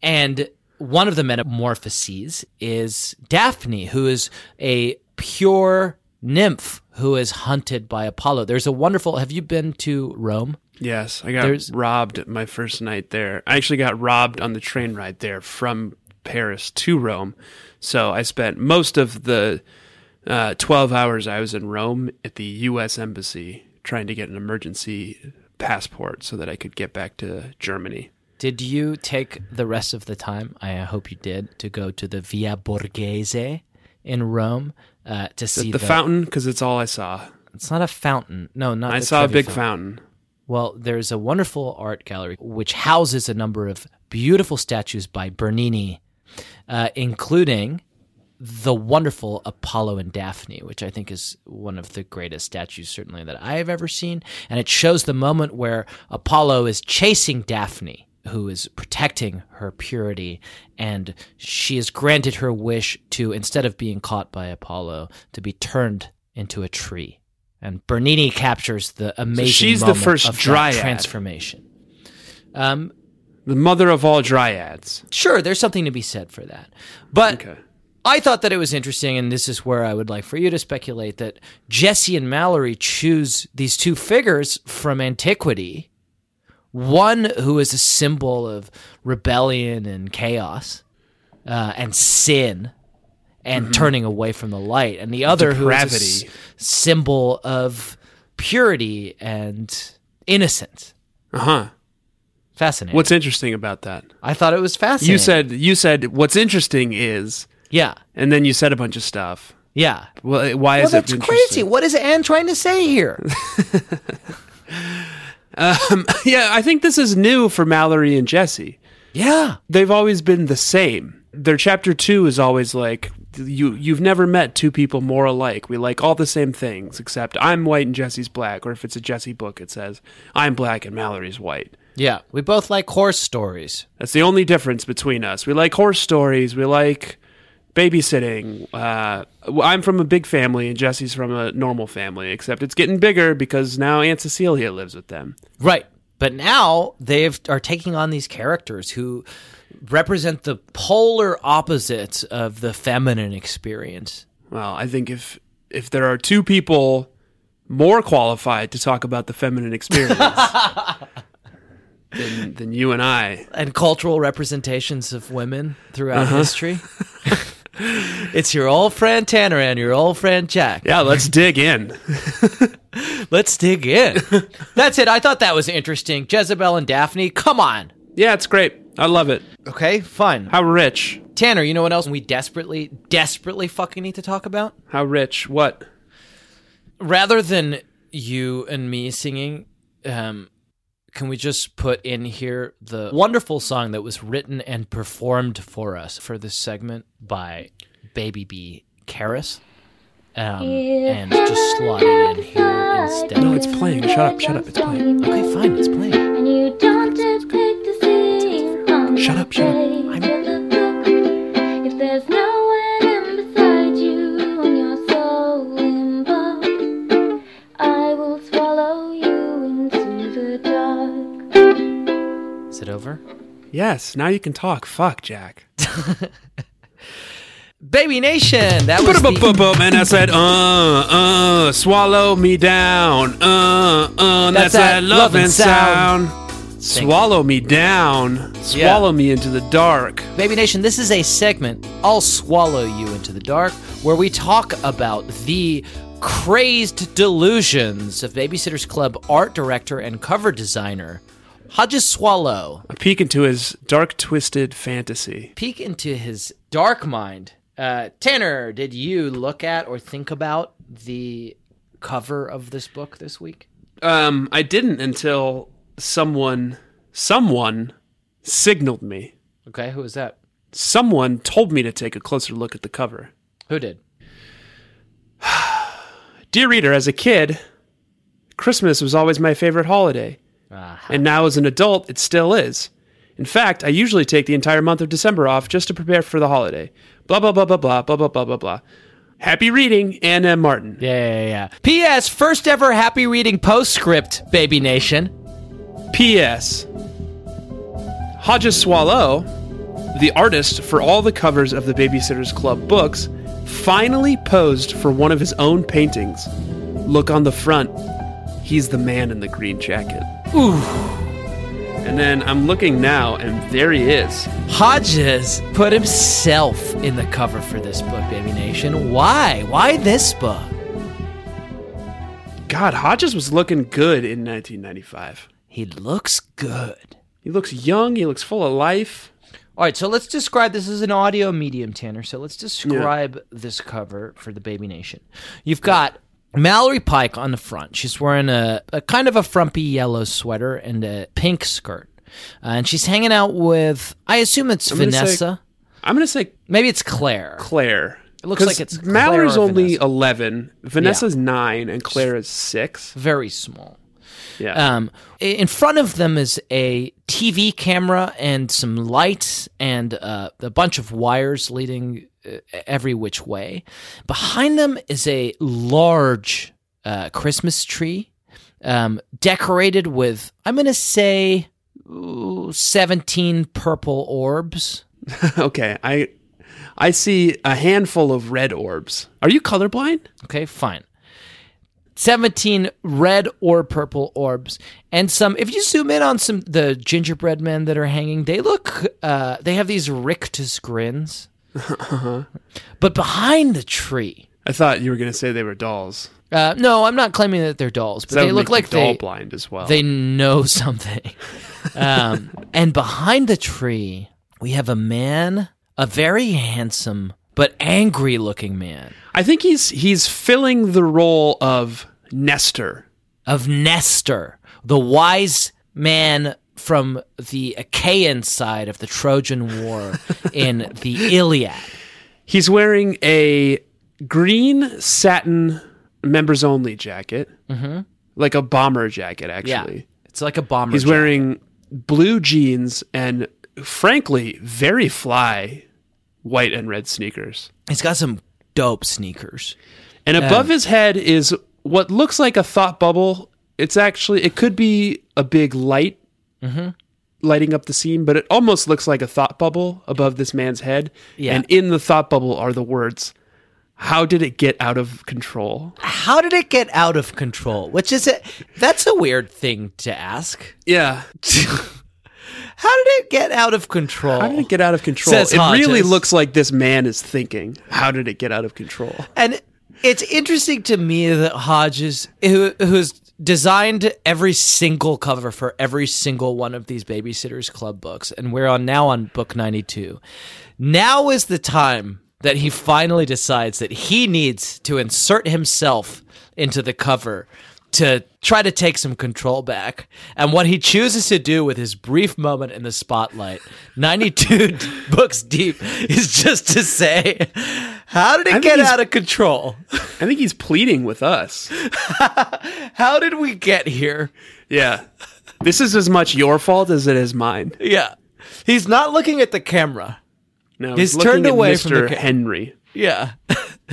And one of the Metamorphoses is Daphne, who is a pure nymph who is hunted by Apollo. There's a wonderful. Have you been to Rome? yes i got There's- robbed my first night there i actually got robbed on the train ride there from paris to rome so i spent most of the uh, 12 hours i was in rome at the us embassy trying to get an emergency passport so that i could get back to germany Did you take the rest of the time? I hope you did to go to the Via Borghese in Rome uh, to see the fountain because it's all i saw It's not a fountain. No, not. i the saw a Trevi big fountain. fountain Well, there's a wonderful art gallery which houses a number of beautiful statues by Bernini, uh, including the wonderful Apollo and Daphne, which I think is one of the greatest statues, certainly, that I have ever seen. And it shows the moment where Apollo is chasing Daphne, who is protecting her purity, and she is granted her wish to, instead of being caught by Apollo, to be turned into a tree. And Bernini captures the amazing she's the moment first of that dryad. transformation. Um, the mother of all dryads sure, there's something to be said for that, but Okay. I thought that it was interesting, and this is where I would like for you to speculate that Jesse and Mallory choose these two figures from antiquity. One who is a symbol of rebellion and chaos uh, and sin and turning away from the light, and the other who is a Depravity. s- symbol of purity and innocence. Uh Uh-huh. huh. Fascinating. What's interesting about that? I thought it was fascinating. You said you said what's interesting is, yeah, and then you said a bunch of stuff. yeah. Well, why Well, is it that's crazy. interesting? What is Anne trying to say here? yeah, I think this is new for Mallory and Jesse. yeah. They've always been the same. Their chapter two is always like you. You've never met two people more alike. We like all the same things, except I'm white and Jesse's black. Or if it's a Jesse book, it says I'm black and Mallory's white. Yeah, we both like horse stories. That's the only difference between us. We like horse stories. We like babysitting. Uh, well, I'm from a big family, and Jesse's from a normal family. Except it's getting bigger because now Aunt Cecilia lives with them. Right. But now they have, are taking on these characters who represent the polar opposites of the feminine experience. Well, I think if if there are two people more qualified to talk about the feminine experience than, than you and I. and cultural representations of women throughout history. it's your old friend Tanner and your old friend Jack. Yeah, let's dig in. Let's dig in. That's it. I thought that was interesting. Jezebel and Daphne. Come on. Yeah, it's great. I love it. Okay, fun. How rich? Tanner, you know what else we desperately, desperately fucking need to talk about? How rich? What? Rather than you and me singing, um, can we just put in here the wonderful song that was written and performed for us for this segment by Baby B. Karis? Um, and just slot it in here instead. No, it's playing. Shut up, shut up. It's playing. okay, fine, it's playing. And you don't just click the scene on Shut the up, shut up. page of the book. If there's no one beside you and you're so involved, I will swallow you into the dark. Is it over? Yes, now you can talk. Fuck, Jack. Baby Nation! That was the Ba-da-ba-ba-bum, and I said, uh, uh, swallow me down. Uh, uh, that's, that, loving sound. Swallow me down. Swallow me into the dark. Baby Nation, this is a segment, I'll Swallow You Into the Dark, where we talk about the crazed delusions of Babysitters Club art director and cover designer, Hodges Swallow. A peek into his dark, twisted fantasy. Peek into his dark mind. Uh, Tanner, did you look at or think about the cover of this book this week? Um, I didn't until someone, someone signaled me. Okay, who was that? Someone told me to take a closer look at the cover. Who did? Dear reader, as a kid, Christmas was always my favorite holiday. And now as an adult, it still is. In fact, I usually take the entire month of December off just to prepare for the holiday. Blah, blah, blah, blah, blah, blah, blah, blah, blah, blah. Happy reading, Anna Martin. Yeah, yeah, yeah. P.S. First ever happy reading postscript, Baby Nation. P.S. Hodges Swallow, the artist for all the covers of the Babysitters Club books, finally posed for one of his own paintings. Look on the front. He's the man in the green jacket. Ooh. And then I'm looking now, and there he is. Hodges put himself in the cover for this book, Baby Nation. Why? Why this book? God, Hodges was looking good in 1995. He looks good. He looks young, he looks full of life. All right, so let's describe this is an audio medium, Tanner. So let's describe this cover for the Baby Nation. You've got Mallory Pike on the front. She's wearing a, a kind of a frumpy yellow sweater and a pink skirt. Uh, and she's hanging out with, I assume it's I'm gonna say- Vanessa. I'm going to say Maybe it's Claire. Claire. It looks 'Cause like it's Claire Mallory's or only Vanessa. 11, Vanessa's 9, and Claire is 6. Very small. Yeah. Um, i- in front of them is a TV camera and some lights and uh, a bunch of wires leading uh, every which way. Behind them is a large uh, Christmas tree um, decorated with, I'm going to say, ooh, 17 purple orbs. okay, I I see a handful of red orbs. Are you colorblind? Okay, fine. 17 red or purple orbs and some if you zoom in on some the gingerbread men that are hanging they look uh they have these rictus grins but behind the tree I thought you were going to say they were dolls. uh no i'm not claiming that they're dolls but That they would look like make you doll they blind as well. they know something. Um, and behind the tree, we have a man, a very handsome but angry looking man I think he's he's filling the role of Nestor. of Nestor, the wise man from the Achaean side of the Trojan War in the Iliad. He's wearing a green satin members only jacket, mm-hmm. like a bomber jacket, actually. It's like a bomber. He's jacket. wearing blue jeans and, frankly, very fly white and red sneakers. He's got some dope sneakers. And above his head is what looks like a thought bubble. It's actually, it could be a big light Mm-hmm. lighting up the scene, but it almost looks like a thought bubble above this man's head. Yeah. And in the thought bubble are the words, How did it get out of control? How did it get out of control? Which is it? That's a weird thing to ask. Yeah. How did it get out of control? How did it get out of control? Says it really Hodges. looks like this man is thinking, how did it get out of control? And it's interesting to me that Hodges, who who's designed every single cover for every single one of these Babysitters Club books, and we're on now on book ninety two. Now is the time that he finally decides that he needs to insert himself into the cover to try to take some control back. And what he chooses to do with his brief moment in the spotlight, 92 books deep, is just to say, How did it think get he's- out of control? I think he's pleading with us. How did we get here? Yeah. This is as much your fault as it is mine. Yeah. He's not looking at the camera. No, He's looking turned at away Mr. from the ca- Henry. Yeah.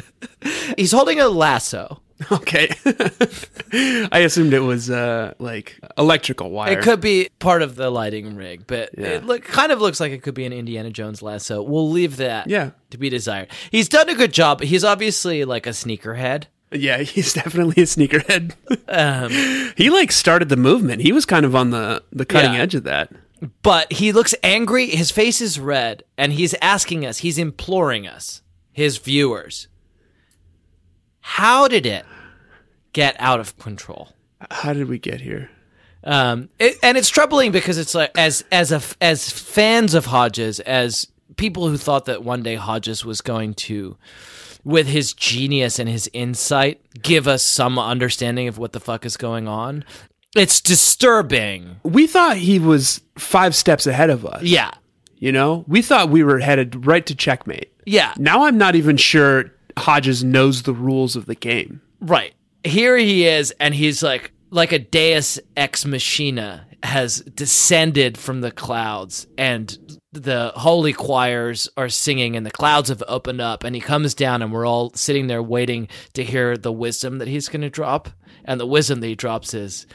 He's holding a lasso. Okay. I assumed it was uh, like electrical wire. It could be part of the lighting rig, but Yeah. it look, kind of looks like it could be an Indiana Jones lasso. We'll leave that Yeah. to be desired. He's done a good job, but he's obviously like a sneakerhead. Yeah, he's definitely a sneakerhead. he like started the movement. He was kind of on the the cutting Um, Yeah. edge of that. But he looks angry, his face is red, and he's asking us, he's imploring us, his viewers, how did it get out of control? How did we get here? Um, it, and it's troubling because it's like as as a as fans of Hodges, as people who thought that one day Hodges was going to, with his genius and his insight, give us some understanding of what the fuck is going on. It's disturbing. We thought he was five steps ahead of us. Yeah, You know, we thought we were headed right to checkmate. yeah, Now I'm not even sure Hodges knows the rules of the game. right. Here he is, and he's like like a Deus ex machina has descended from the clouds and the holy choirs are singing and the clouds have opened up and he comes down and we're all sitting there waiting to hear the wisdom that he's going to drop and the wisdom that he drops is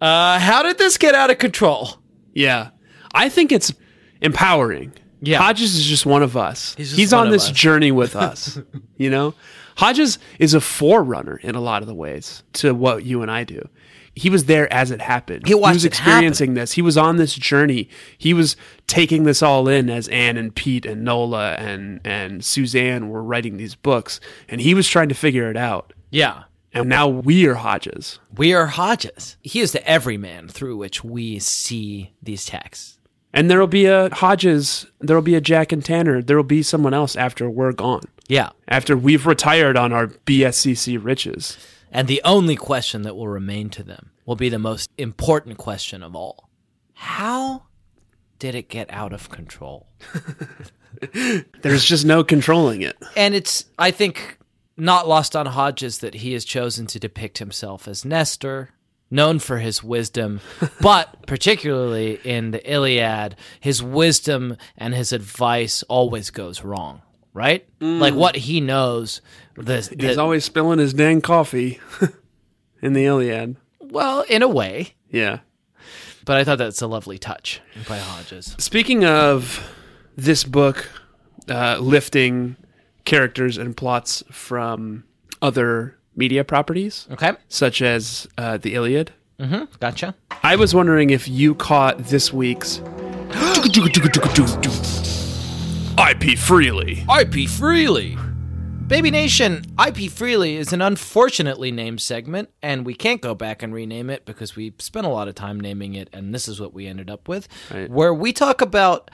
uh how did this get out of control Yeah, I think it's empowering. Yeah. Hodges is just one of us. He's He's, just one on of this us. journey with us. you know, Hodges is a forerunner in a lot of the ways to what you and I do. He was there as it happened. He watched was it happen. experiencing this. He was on this journey. He was taking this all in as Anne and Pete and Nola and and Suzanne were writing these books, and he was trying to figure it out. yeah And now we are Hodges. we are hodges he is the everyman through which we see these texts And there'll be a Hodges, there'll be a Jack and Tanner, there'll be someone else after we're gone. yeah After we've retired on our BSCC riches. And the only question that will remain to them will be the most important question of all How did it get out of control? There's just no controlling it. And it's, I think, not lost on Hodges that he has chosen to depict himself as Nestor, known for his wisdom, but particularly in the Iliad, his wisdom and his advice always goes wrong, right? Like what he knows, the, the- He's always spilling his dang coffee in the Iliad. well, in a way. Yeah. But I thought that's a lovely touch by Hodges. Speaking of this book uh, lifting characters and plots from other media properties, Okay. such as uh, the Iliad, Gotcha. I was wondering if you caught this week's IP freely. IP Freely. Baby Nation, IP Freely is an unfortunately named segment, and we can't go back and rename it because we spent a lot of time naming it, and this is what we ended up with, Right. where we talk about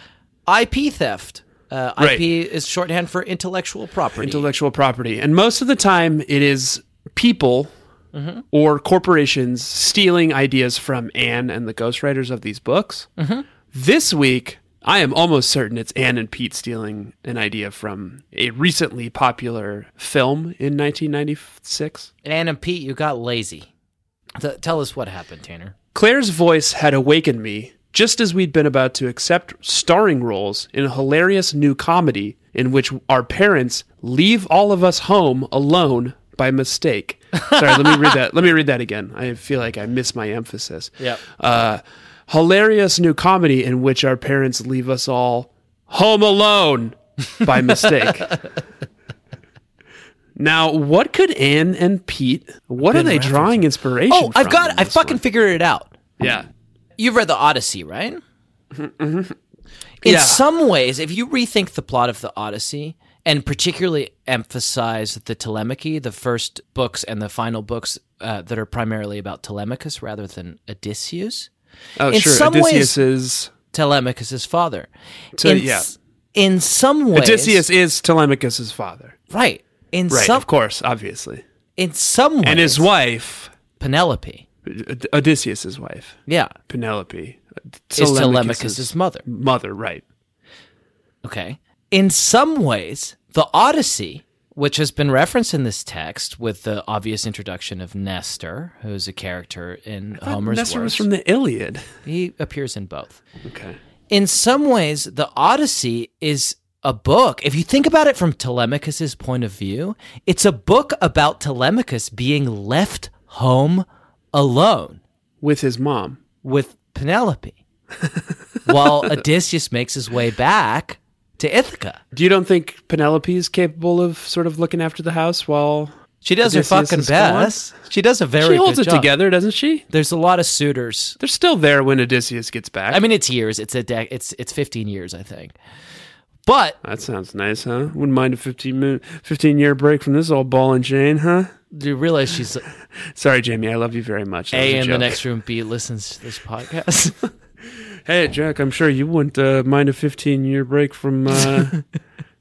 IP theft. Uh, IP Right. is shorthand for intellectual property. Intellectual property. And most of the time, it is people or corporations stealing ideas from Anne and the ghostwriters of these books. This week, I am almost certain it's Anne and Pete stealing an idea from a recently popular film in 1996. Ann and Pete, you got lazy. Th- tell us what happened, Tanner. Claire's voice had awakened me just as we'd been about to accept starring roles in a hilarious new comedy in which our parents leave all of us home alone by mistake. Sorry, let me read that. Let me read that again. I feel like I missed my emphasis. Yep. Uh, hilarious new comedy in which our parents leave us all home alone by mistake. Now, what could Anne and Pete? What are Been they referencing. drawing inspiration? Oh, I've from got. in I this fucking one? figured it out. yeah. You've read the Odyssey, right? In Mm-hmm. Yeah. some ways, if you rethink the plot of the Odyssey and particularly emphasize the Telemachy, the first books and the final books uh, that are primarily about Telemachus rather than Odysseus, Oh, In sure. some Odysseus ways- is Telemachus's father. So, in, yeah. in some ways, Odysseus is Telemachus's father, right? In right? some, of course, obviously, in some ways, and his wife, Penelope. Od- Odysseus's wife, Yeah, Penelope, uh, is Telemachus's mother. mother, right? Okay. In some ways, the Odyssey, which has been referenced in this text with the obvious introduction of Nestor, who's a character in Homer's Nestor was works, from the Iliad. he appears in both. Okay. In some ways, the Odyssey is a book. If you think about it from Telemachus's point of view, it's a book about Telemachus being left home alone With his mom. with Penelope while Odysseus makes his way back to Ithaca. Do you don't think Penelope is capable of sort of looking after the house while She does her Odysseus fucking is gone? best. She does a very she holds good it job. together, doesn't she? There's a lot of suitors. They're still there when Odysseus gets back. I mean, it's years. It's a dec It's it's 15 years, I think. But that sounds nice, huh? Wouldn't mind a 15 minute, 15 year break from this old ball and chain, huh? do you realize she's Sorry, Jamie. I love you very much. That was A in the joke. next room, B listens to this podcast. Hey, Jack. I'm sure you wouldn't uh, mind a 15 year break from uh,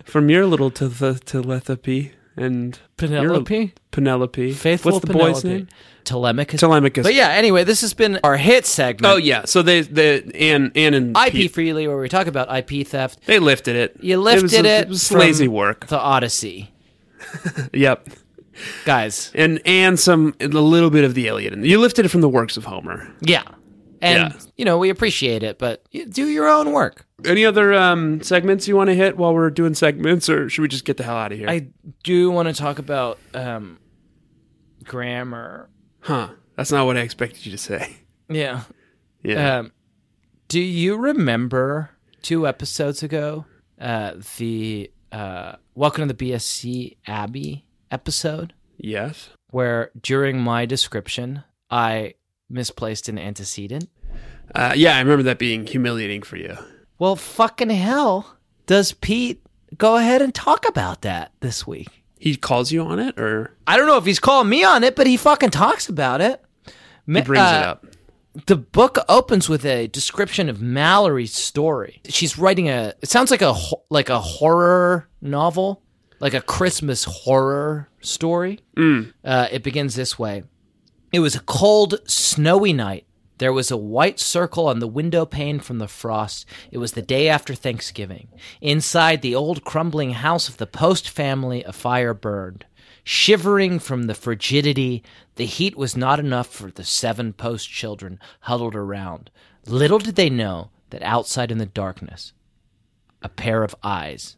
from your little te- telepathy and Penelope, Penelope. faithful What's the Penelope. boy's name? Telemachus. Telemachus. But yeah, anyway, this has been our hit segment. Oh yeah. So they they Anne Anne and IP Pete, freely, where we talk about IP theft. they lifted it. You it was, lifted it. It was from lazy work. The Odyssey, Yep. guys. And and some and a little bit of the Iliad. You lifted it from the works of Homer. Yeah, and Yeah. you know we appreciate it, but you do your own work. Any other um, segments you want to hit while we're doing segments, or should we just get the hell out of here? I do want to talk about um, grammar. huh? That's not what I expected you to Uh, say. Yeah. Yeah. Um, do you remember two episodes ago uh, the uh, Welcome to the BSC Abbey episode yes. where during my description I misplaced an antecedent? Uh, yeah, I remember that being humiliating for you. Well, fucking hell, does Pete go ahead and talk about that this week? He calls you on it, or I don't know if he's calling me on it, but he fucking talks about it. Uh, he brings it up. the book opens with a description of Mallory's story. She's writing a it sounds like a ho- like a horror novel, like a Christmas horror story. Uh, it begins this way. It was a cold, snowy night. There was a white circle on the window pane from the frost. It was the day after Thanksgiving. Inside the old crumbling house of the Post family, a fire burned. Shivering from the frigidity, the heat was not enough for the seven Post children huddled around. Little did they know that outside in the darkness, a pair of eyes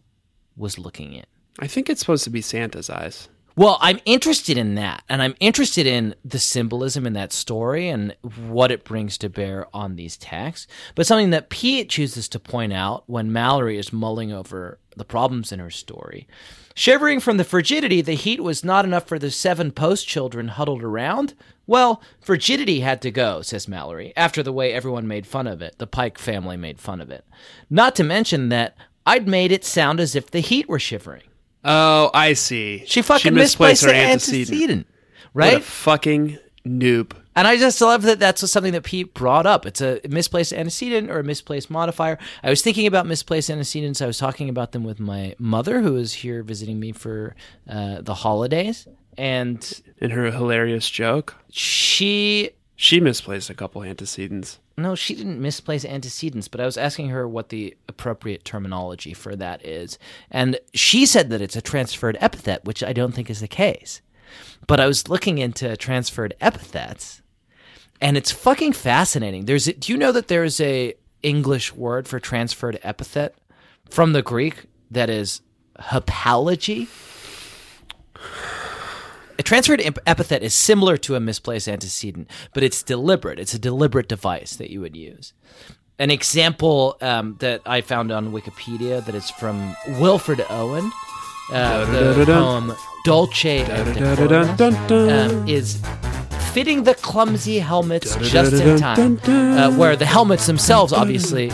was looking in. I think it's supposed to be Santa's eyes. Well, I'm interested in that, and I'm interested in the symbolism in that story and what it brings to bear on these texts. But something that Pete chooses to point out when Mallory is mulling over the problems in her story. Shivering from the frigidity, the heat was not enough for the seven post children huddled around. Well, frigidity had to go, says Mallory, after the way everyone made fun of it. The Pike family made fun of it. Not to mention that I'd made it sound as if the heat were shivering. Oh, I see. She fucking misplaced, her antecedent, What a right? fucking noob. and I just love that that's something that Pete brought up. It's a misplaced antecedent or a misplaced modifier. I was thinking about misplaced antecedents. I was talking about them with my mother, who is here visiting me for uh, the holidays, and In her hilarious joke, she she misplaced a couple antecedents. No, she didn't misplace antecedents, but I was asking her what the appropriate terminology for that is. And she said that it's a transferred epithet, which I don't think is the case. But I was looking into transferred epithets, and it's fucking fascinating. There's a, do you know that there is a English word for transferred epithet from the Greek that is hypology? A transferred imp- epithet is similar to a misplaced antecedent, but it's deliberate. It's a deliberate device that you would use. An example um, that I found on Wikipedia that is from Wilfred Owen uh, the Da-da-da-da-dun. poem Dolce and Decorum, Uh, um, is fitting the clumsy helmets just in time, uh, where the helmets themselves obviously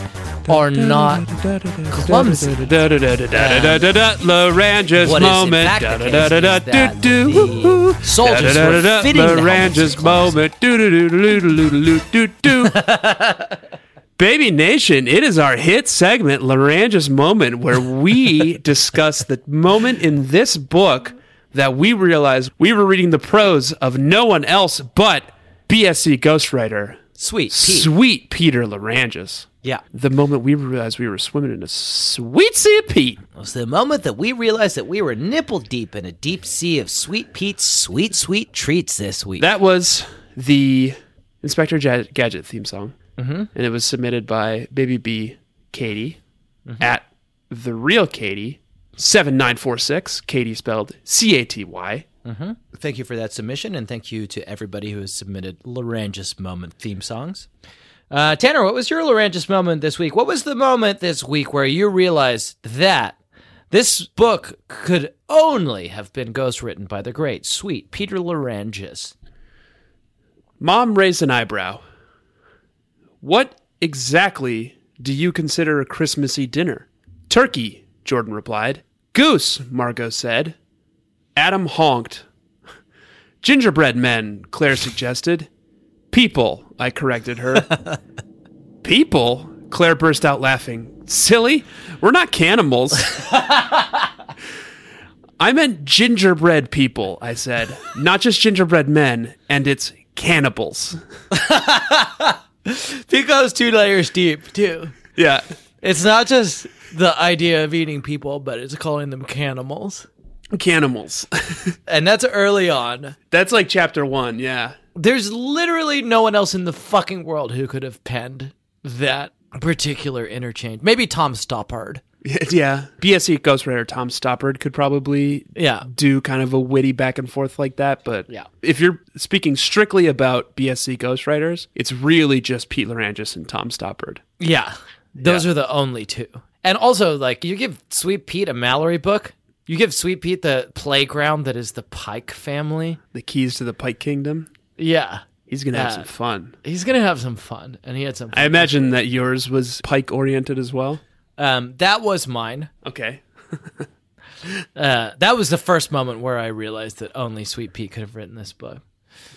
are not clumsy. Larange's What is in moment. fact the case is that Da-da-da-da-da-do. the soldiers were fitting the helmets Larange's in clumsy. moment. Do-do-do-do-do-do-do-do-do. Baby Nation, it is our hit segment, Larange's Moment, where we discuss the moment in this book that we realized we were reading the prose of no one else but BSC ghostwriter, Sweet. Pete. sweet Peter Laranges. yeah. The moment we realized we were swimming in a sweet sea of Pete. It was the moment that we realized that we were nipple deep in a deep sea of Sweet Pete's sweet, sweet treats this week. That was the Inspector Ja- Gadget theme song, mm-hmm. and it was submitted by Baby B, Katie, at the real Katie seven nine four six. Katie spelled C A T Y. thank you for that submission, and thank you to everybody who has submitted Laryngus Moment theme songs. Uh, Tanner, what was your Laryngus Moment this week? What was the moment this week where you realized that this book could only have been ghostwritten by the great, sweet Peter Laryngus? Mom raised an eyebrow. What exactly do you consider a Christmassy dinner? Turkey, Jordan replied. Goose, Margot said. Adam honked. Gingerbread men, Claire suggested. People, I corrected her. People? Claire burst out laughing. Silly? We're not cannibals. I meant gingerbread people, I said. Not just gingerbread men, and it's cannibals. It goes two layers deep, too. Yeah. It's not just the idea of eating people, but it's calling them cannibals. Cannibals. And that's early on. That's like chapter one, yeah. There's literally no one else in the fucking world who could have penned that particular interchange. Maybe Tom Stoppard. Yeah. BSE E ghostwriter Tom Stoppard could probably Yeah. do kind of a witty back and forth like that, but Yeah. if you're speaking strictly about BSC ghostwriters, it's really just Pete Larangis and Tom Stoppard. Yeah. Those are the only two. And also, like, you give Sweet Pete a Mallory book. You give Sweet Pete the playground that is the Pike family. The keys to the Pike Kingdom. Yeah. He's gonna have Yeah. some fun. He's going to have some fun. And he had some I fun. imagine that yours was Pike oriented as well. Um, that was mine. Okay. Uh, that was the first moment where I realized that only Sweet Pete could have written this book.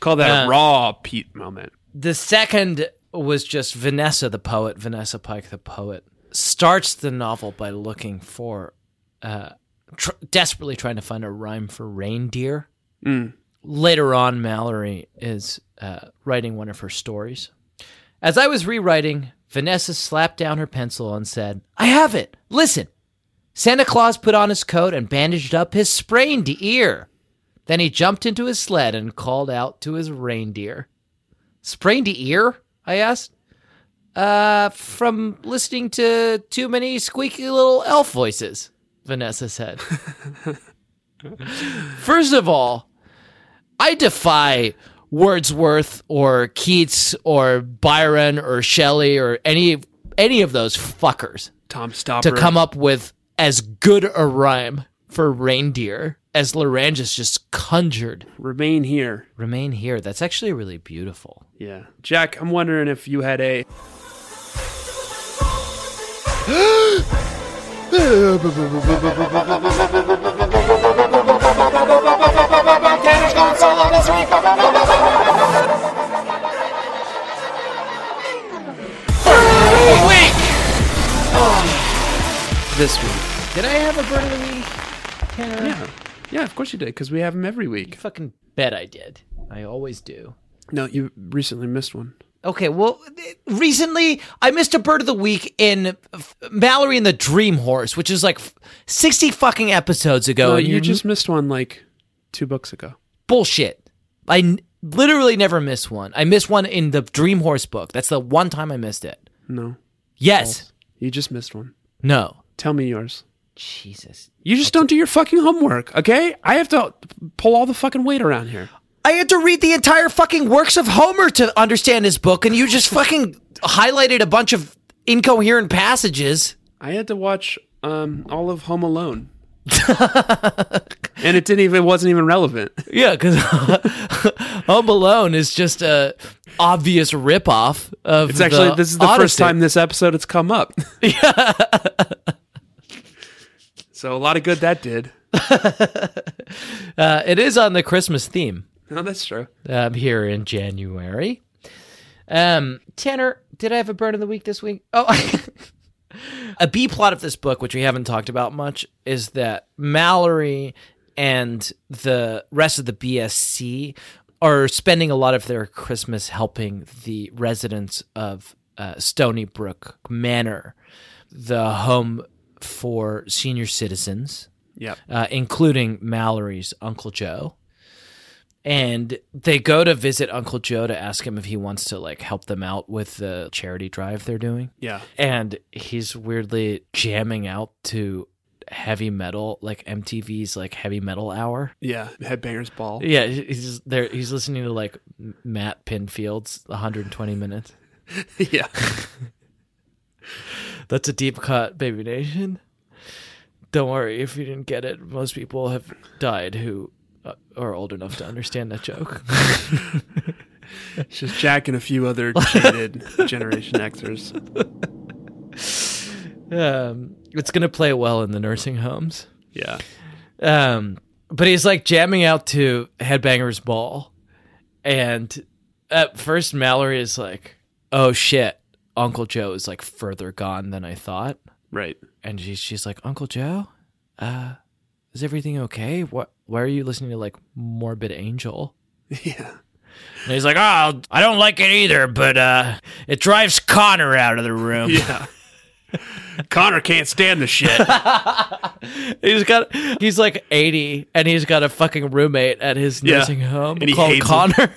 Call that Uh, a raw Pete moment. The second was just Vanessa the poet, Vanessa Pike the poet, starts the novel by looking for, uh, tr- desperately trying to find a rhyme for reindeer. Later on, Mallory is uh, writing one of her stories. As I was rewriting, Vanessa slapped down her pencil and said, I have it. Listen. Santa Claus put on his coat and bandaged up his sprained ear. Then he jumped into his sled and called out to his reindeer. Sprained ear? I asked. Uh, from listening to too many squeaky little elf voices, Vanessa said. First of all, I defy Wordsworth or Keats or Byron or Shelley or any any of those fuckers Tom Stoppard. to come up with as good a rhyme for reindeer as Larangis just conjured. Remain here. Remain here. That's actually really beautiful. Yeah. Jack, I'm wondering if you had a this week. Did I have a bird of the week? Yeah. Yeah, of course you did, because we have them every week. Fucking bet I did. I always do. No, you recently missed one. Okay, well, th- recently I missed a bird of the week in F- Mallory and the Dream Horse, which is like f- 60 fucking episodes ago. No, and Uh, you you're- just missed one like two books ago. bullshit. I n- literally never miss one. I missed one in the Dream Horse book. That's the one time I missed it. No, Yes. you just missed one. No. Tell me yours. Jesus. You just don't do your fucking homework, okay? I have to pull all the fucking weight around here. I had to read the entire fucking works of Homer to understand his book, and you just fucking highlighted a bunch of incoherent passages. I had to watch um, all of Home Alone and it didn't even it wasn't even relevant. Yeah, because Home Alone is just a obvious ripoff of. It's actually this is the first Odyssey. time this episode it's come up. yeah. So a lot of good that did. Uh, it is on the Christmas theme No, that's true. um, here in January. Um, Tanner, did I have a burn of the week this week? Oh, a B plot of this book, which we haven't talked about much, is that Mallory and the rest of the BSC are spending a lot of their Christmas helping the residents of uh, Stony Brook Manor, the home for senior citizens Yep. uh, including Mallory's Uncle Joe. And they go to visit Uncle Joe to ask him if he wants to like help them out with the charity drive they're doing. Yeah. And he's weirdly jamming out to heavy metal, like MTV's like heavy metal hour. Yeah. Headbangers ball. Yeah, he's just there. He's listening to like Matt Pinfield's 120 minutes. yeah. That's a deep cut, Baby Nation. Don't worry if you didn't get it. Most people have died who uh, are old enough to understand that joke. It's just Jack and a few other jaded Generation Xers. um, it's going to play well in the nursing homes. Yeah. Um, but he's like jamming out to Headbanger's Ball. And at first, Mallory is like, oh shit, Uncle Joe is like further gone than I thought. Right. and she's she's like, Uncle Joe, uh, is everything okay? What? Why are you listening to like Morbid Angel? Yeah. And he's like, Oh, I don't like it either, but uh, it drives Connor out of the room. Yeah. Connor can't stand the shit. He's got he's like eighty, and he's got a fucking roommate at his Yeah. nursing home And he called hates him.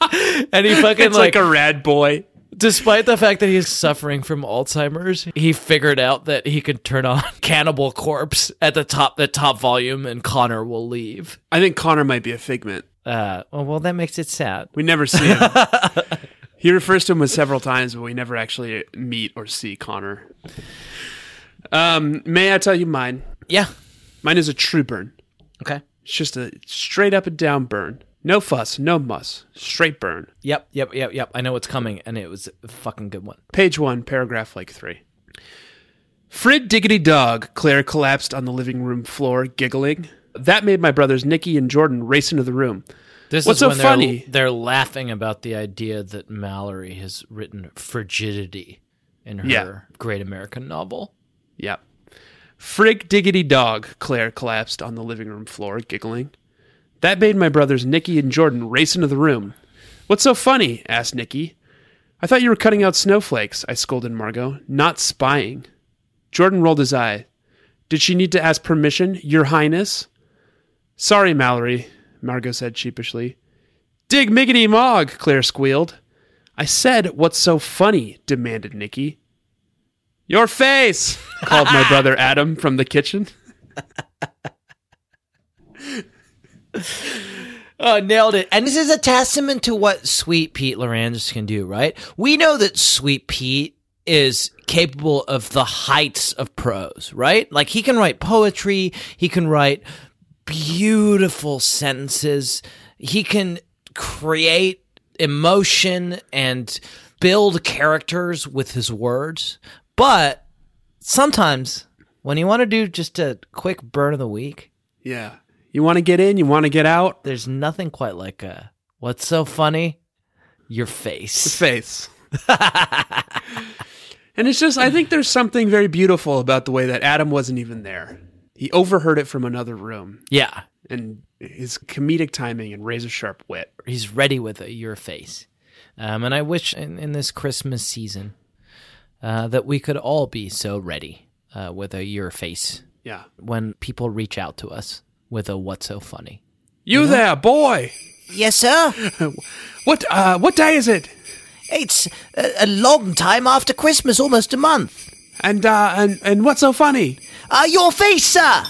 Connor. and he fucking It's like, like, a rad boy. despite the fact that he's suffering from Alzheimer's, he figured out that he could turn on Cannibal Corpse at the top the top volume, and Connor will leave. I think Connor might be a figment. Uh, well, well, that makes it sad. We never see him. he refers to him as several times, but we never actually meet or see Connor. Um, may I tell you mine? Yeah. Mine is a true burn. Okay. It's just a straight up and down burn. No fuss, no muss. Straight burn. Yep. Yep. Yep. Yep. I know what's coming, and it was a fucking good one. Page one, paragraph like three. Frid diggity dog, Claire collapsed on the living room floor, giggling. That made my brothers Nicky and Jordan race into the room. This What's is so when funny? They're, they're laughing about the idea that Mallory has written frigidity in her Yeah. great American novel. Yep. Frig diggity dog, Claire collapsed on the living room floor, giggling. That made my brothers Nicky and Jordan race into the room. What's so funny? asked Nicky. I thought you were cutting out snowflakes, I scolded Margot, not spying. Jordan rolled his eye. Did she need to ask permission, Your Highness? Sorry, Mallory, Margot said sheepishly. Dig miggity mog, Claire squealed. I said, What's so funny? demanded Nicky. Your face, called my brother Adam from the kitchen. Oh, nailed it. And this is a testament to what Sweet Pete Larangis can do, right? We know that Sweet Pete is capable of the heights of prose, right? Like he can write poetry, he can write beautiful sentences, he can create emotion and build characters with his words. But sometimes when you want to do just a quick burn of the week, Yeah. You want to get in, you want to get out. there's nothing quite like a what's so funny your face Face. and it's just, I think there's something very beautiful about the way that Adam wasn't even there. He overheard it from another room, yeah and his comedic timing and razor sharp wit. he's ready with a your face um, and i wish in, in this christmas season uh, that we could all be so ready uh, with a your face Yeah. when people reach out to us with a what's so funny You there, boy. Yes, sir. What uh what day is it? It's a, a long time after Christmas, almost a month. And uh and and what's so funny? Uh, your face, sir.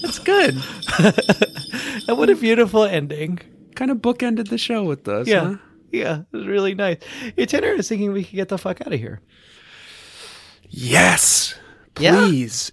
That's good. and what a beautiful ending kind of bookended the show with us. huh? yeah it was really nice your tenor is thinking we could get the fuck out of here Yes. Yeah. Please.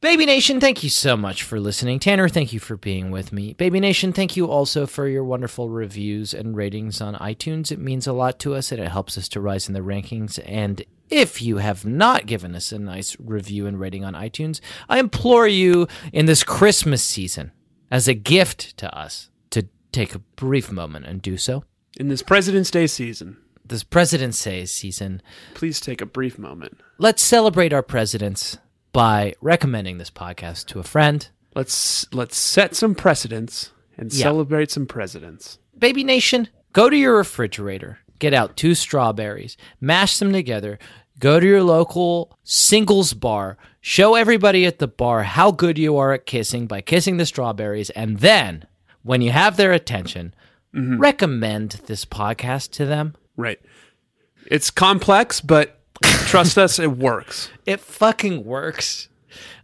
Baby Nation, thank you so much for listening. Tanner, thank you for being with me. Baby Nation, thank you also for your wonderful reviews and ratings on iTunes. It means a lot to us and it helps us to rise in the rankings. And if you have not given us a nice review and rating on iTunes, I implore you in this Christmas season, as a gift to us, to take a brief moment and do so. In this President's Day season, This President's Day season, please take a brief moment. let's celebrate our presidents by recommending this podcast to a friend. Let's let's set some precedents and Yeah. celebrate some presidents. Baby Nation, go to your refrigerator, get out two strawberries, mash them together, go to your local singles bar, show everybody at the bar how good you are at kissing by kissing the strawberries, and then when you have their attention, recommend this podcast to them. Right. It's complex, but trust us, it works. It fucking works.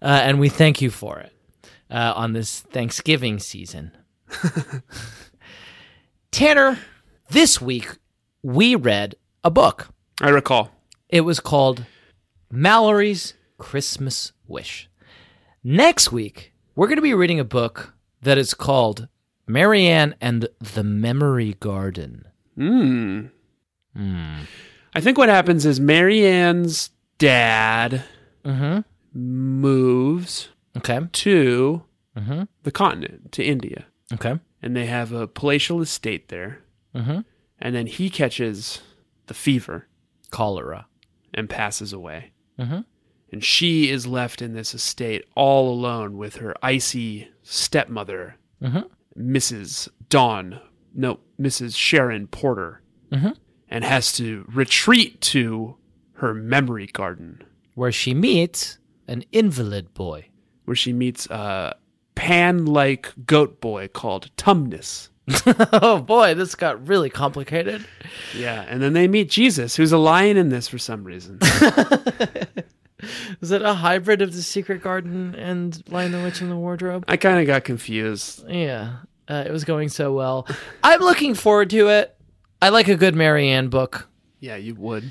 Uh, and we thank you for it uh, on this Thanksgiving season. Tanner, this week we read a book. I recall. It was called Mallory's Christmas Wish. Next week, we're going to be reading a book that is called Marianne and the Memory Garden. I think what happens is Mary Ann's dad moves Okay. to the continent, to India, Okay. and they have a palatial estate there. Mhm. And then he catches the fever Cholera. and passes away. Mhm. And she is left in this estate all alone with her icy stepmother, Mhm. Mrs. Dawn, no, Mrs. Sharon Porter, Mhm. and has to retreat to her memory garden. Where she meets an invalid boy. where she meets a pan like goat boy called Tumnus. oh boy, this got really complicated. Yeah, and then they meet Jesus, who's a lion in this for some reason. Is it a hybrid of the Secret Garden and Lion the Witch in the Wardrobe? I kind of got confused. Yeah, uh, it was going so well. I'm looking forward to it. I like a good Marianne book. Yeah, you would.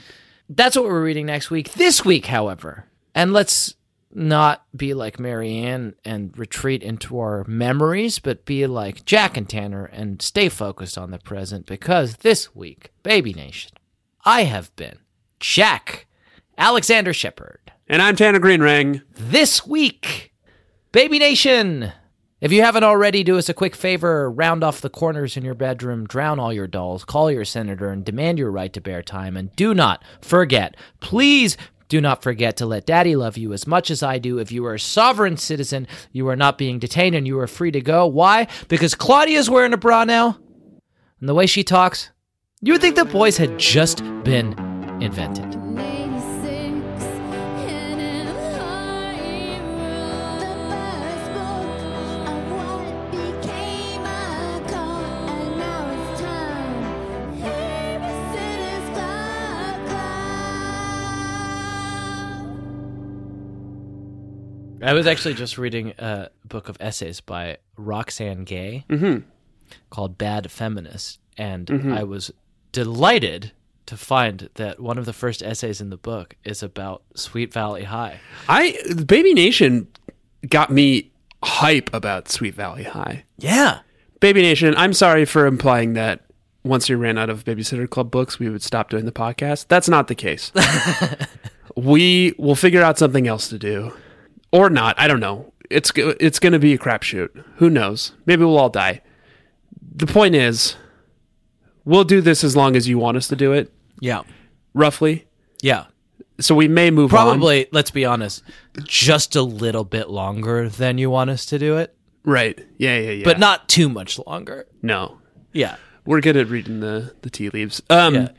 That's what we're reading next week. This week, however, and let's not be like Marianne and retreat into our memories, but be like Jack and Tanner and stay focused on the present because this week, Baby Nation, I have been Jack Alexander Shepard. And I'm Tanner Greenring. this week. Baby Nation! If you haven't already, do us a quick favor round off the corners in your bedroom, drown all your dolls, call your senator, and demand your right to bear time. And do not forget, please do not forget to let daddy love you as much as I do. If you are a sovereign citizen, you are not being detained and you are free to go. Why? Because Claudia's wearing a bra now. And the way she talks, you would think the boys had just been invented. I was actually just reading a book of essays by Roxane Gay called Bad Feminist, and I was delighted to find that one of the first essays in the book is about Sweet Valley High. I Baby Nation got me hype about Sweet Valley High. Yeah. Baby Nation, I'm sorry for implying that once we ran out of Babysitter Club books, we would stop doing the podcast. That's not the case. we will figure out something else to do, or not. I don't know. It's go- it's going to be a crapshoot. Who knows? Maybe we'll all die. The point is, we'll do this as long as you want us to do it, Yeah. roughly. Yeah. So we may move on. Probably, let's be honest, just a little bit longer than you want us to do it, right? Yeah, yeah, yeah. but not too much longer. no. Yeah. We're good at reading the the tea leaves. Um, Yeah.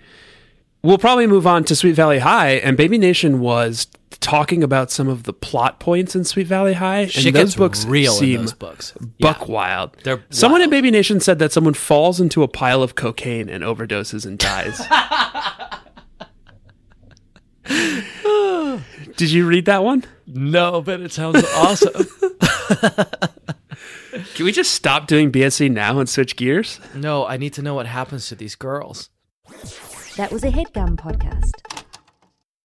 We'll probably move on to Sweet Valley High, and Baby Nation was talking about some of the plot points in Sweet Valley High, and Shit those gets books real seem in those books. buck Yeah. wild. They're someone in wild. Baby Nation said that someone falls into a pile of cocaine and overdoses and dies. Did you read that one? No, but it sounds awesome. Can we just stop doing BSC now and switch gears? no, I need to know what happens to these girls. That was a headgum podcast.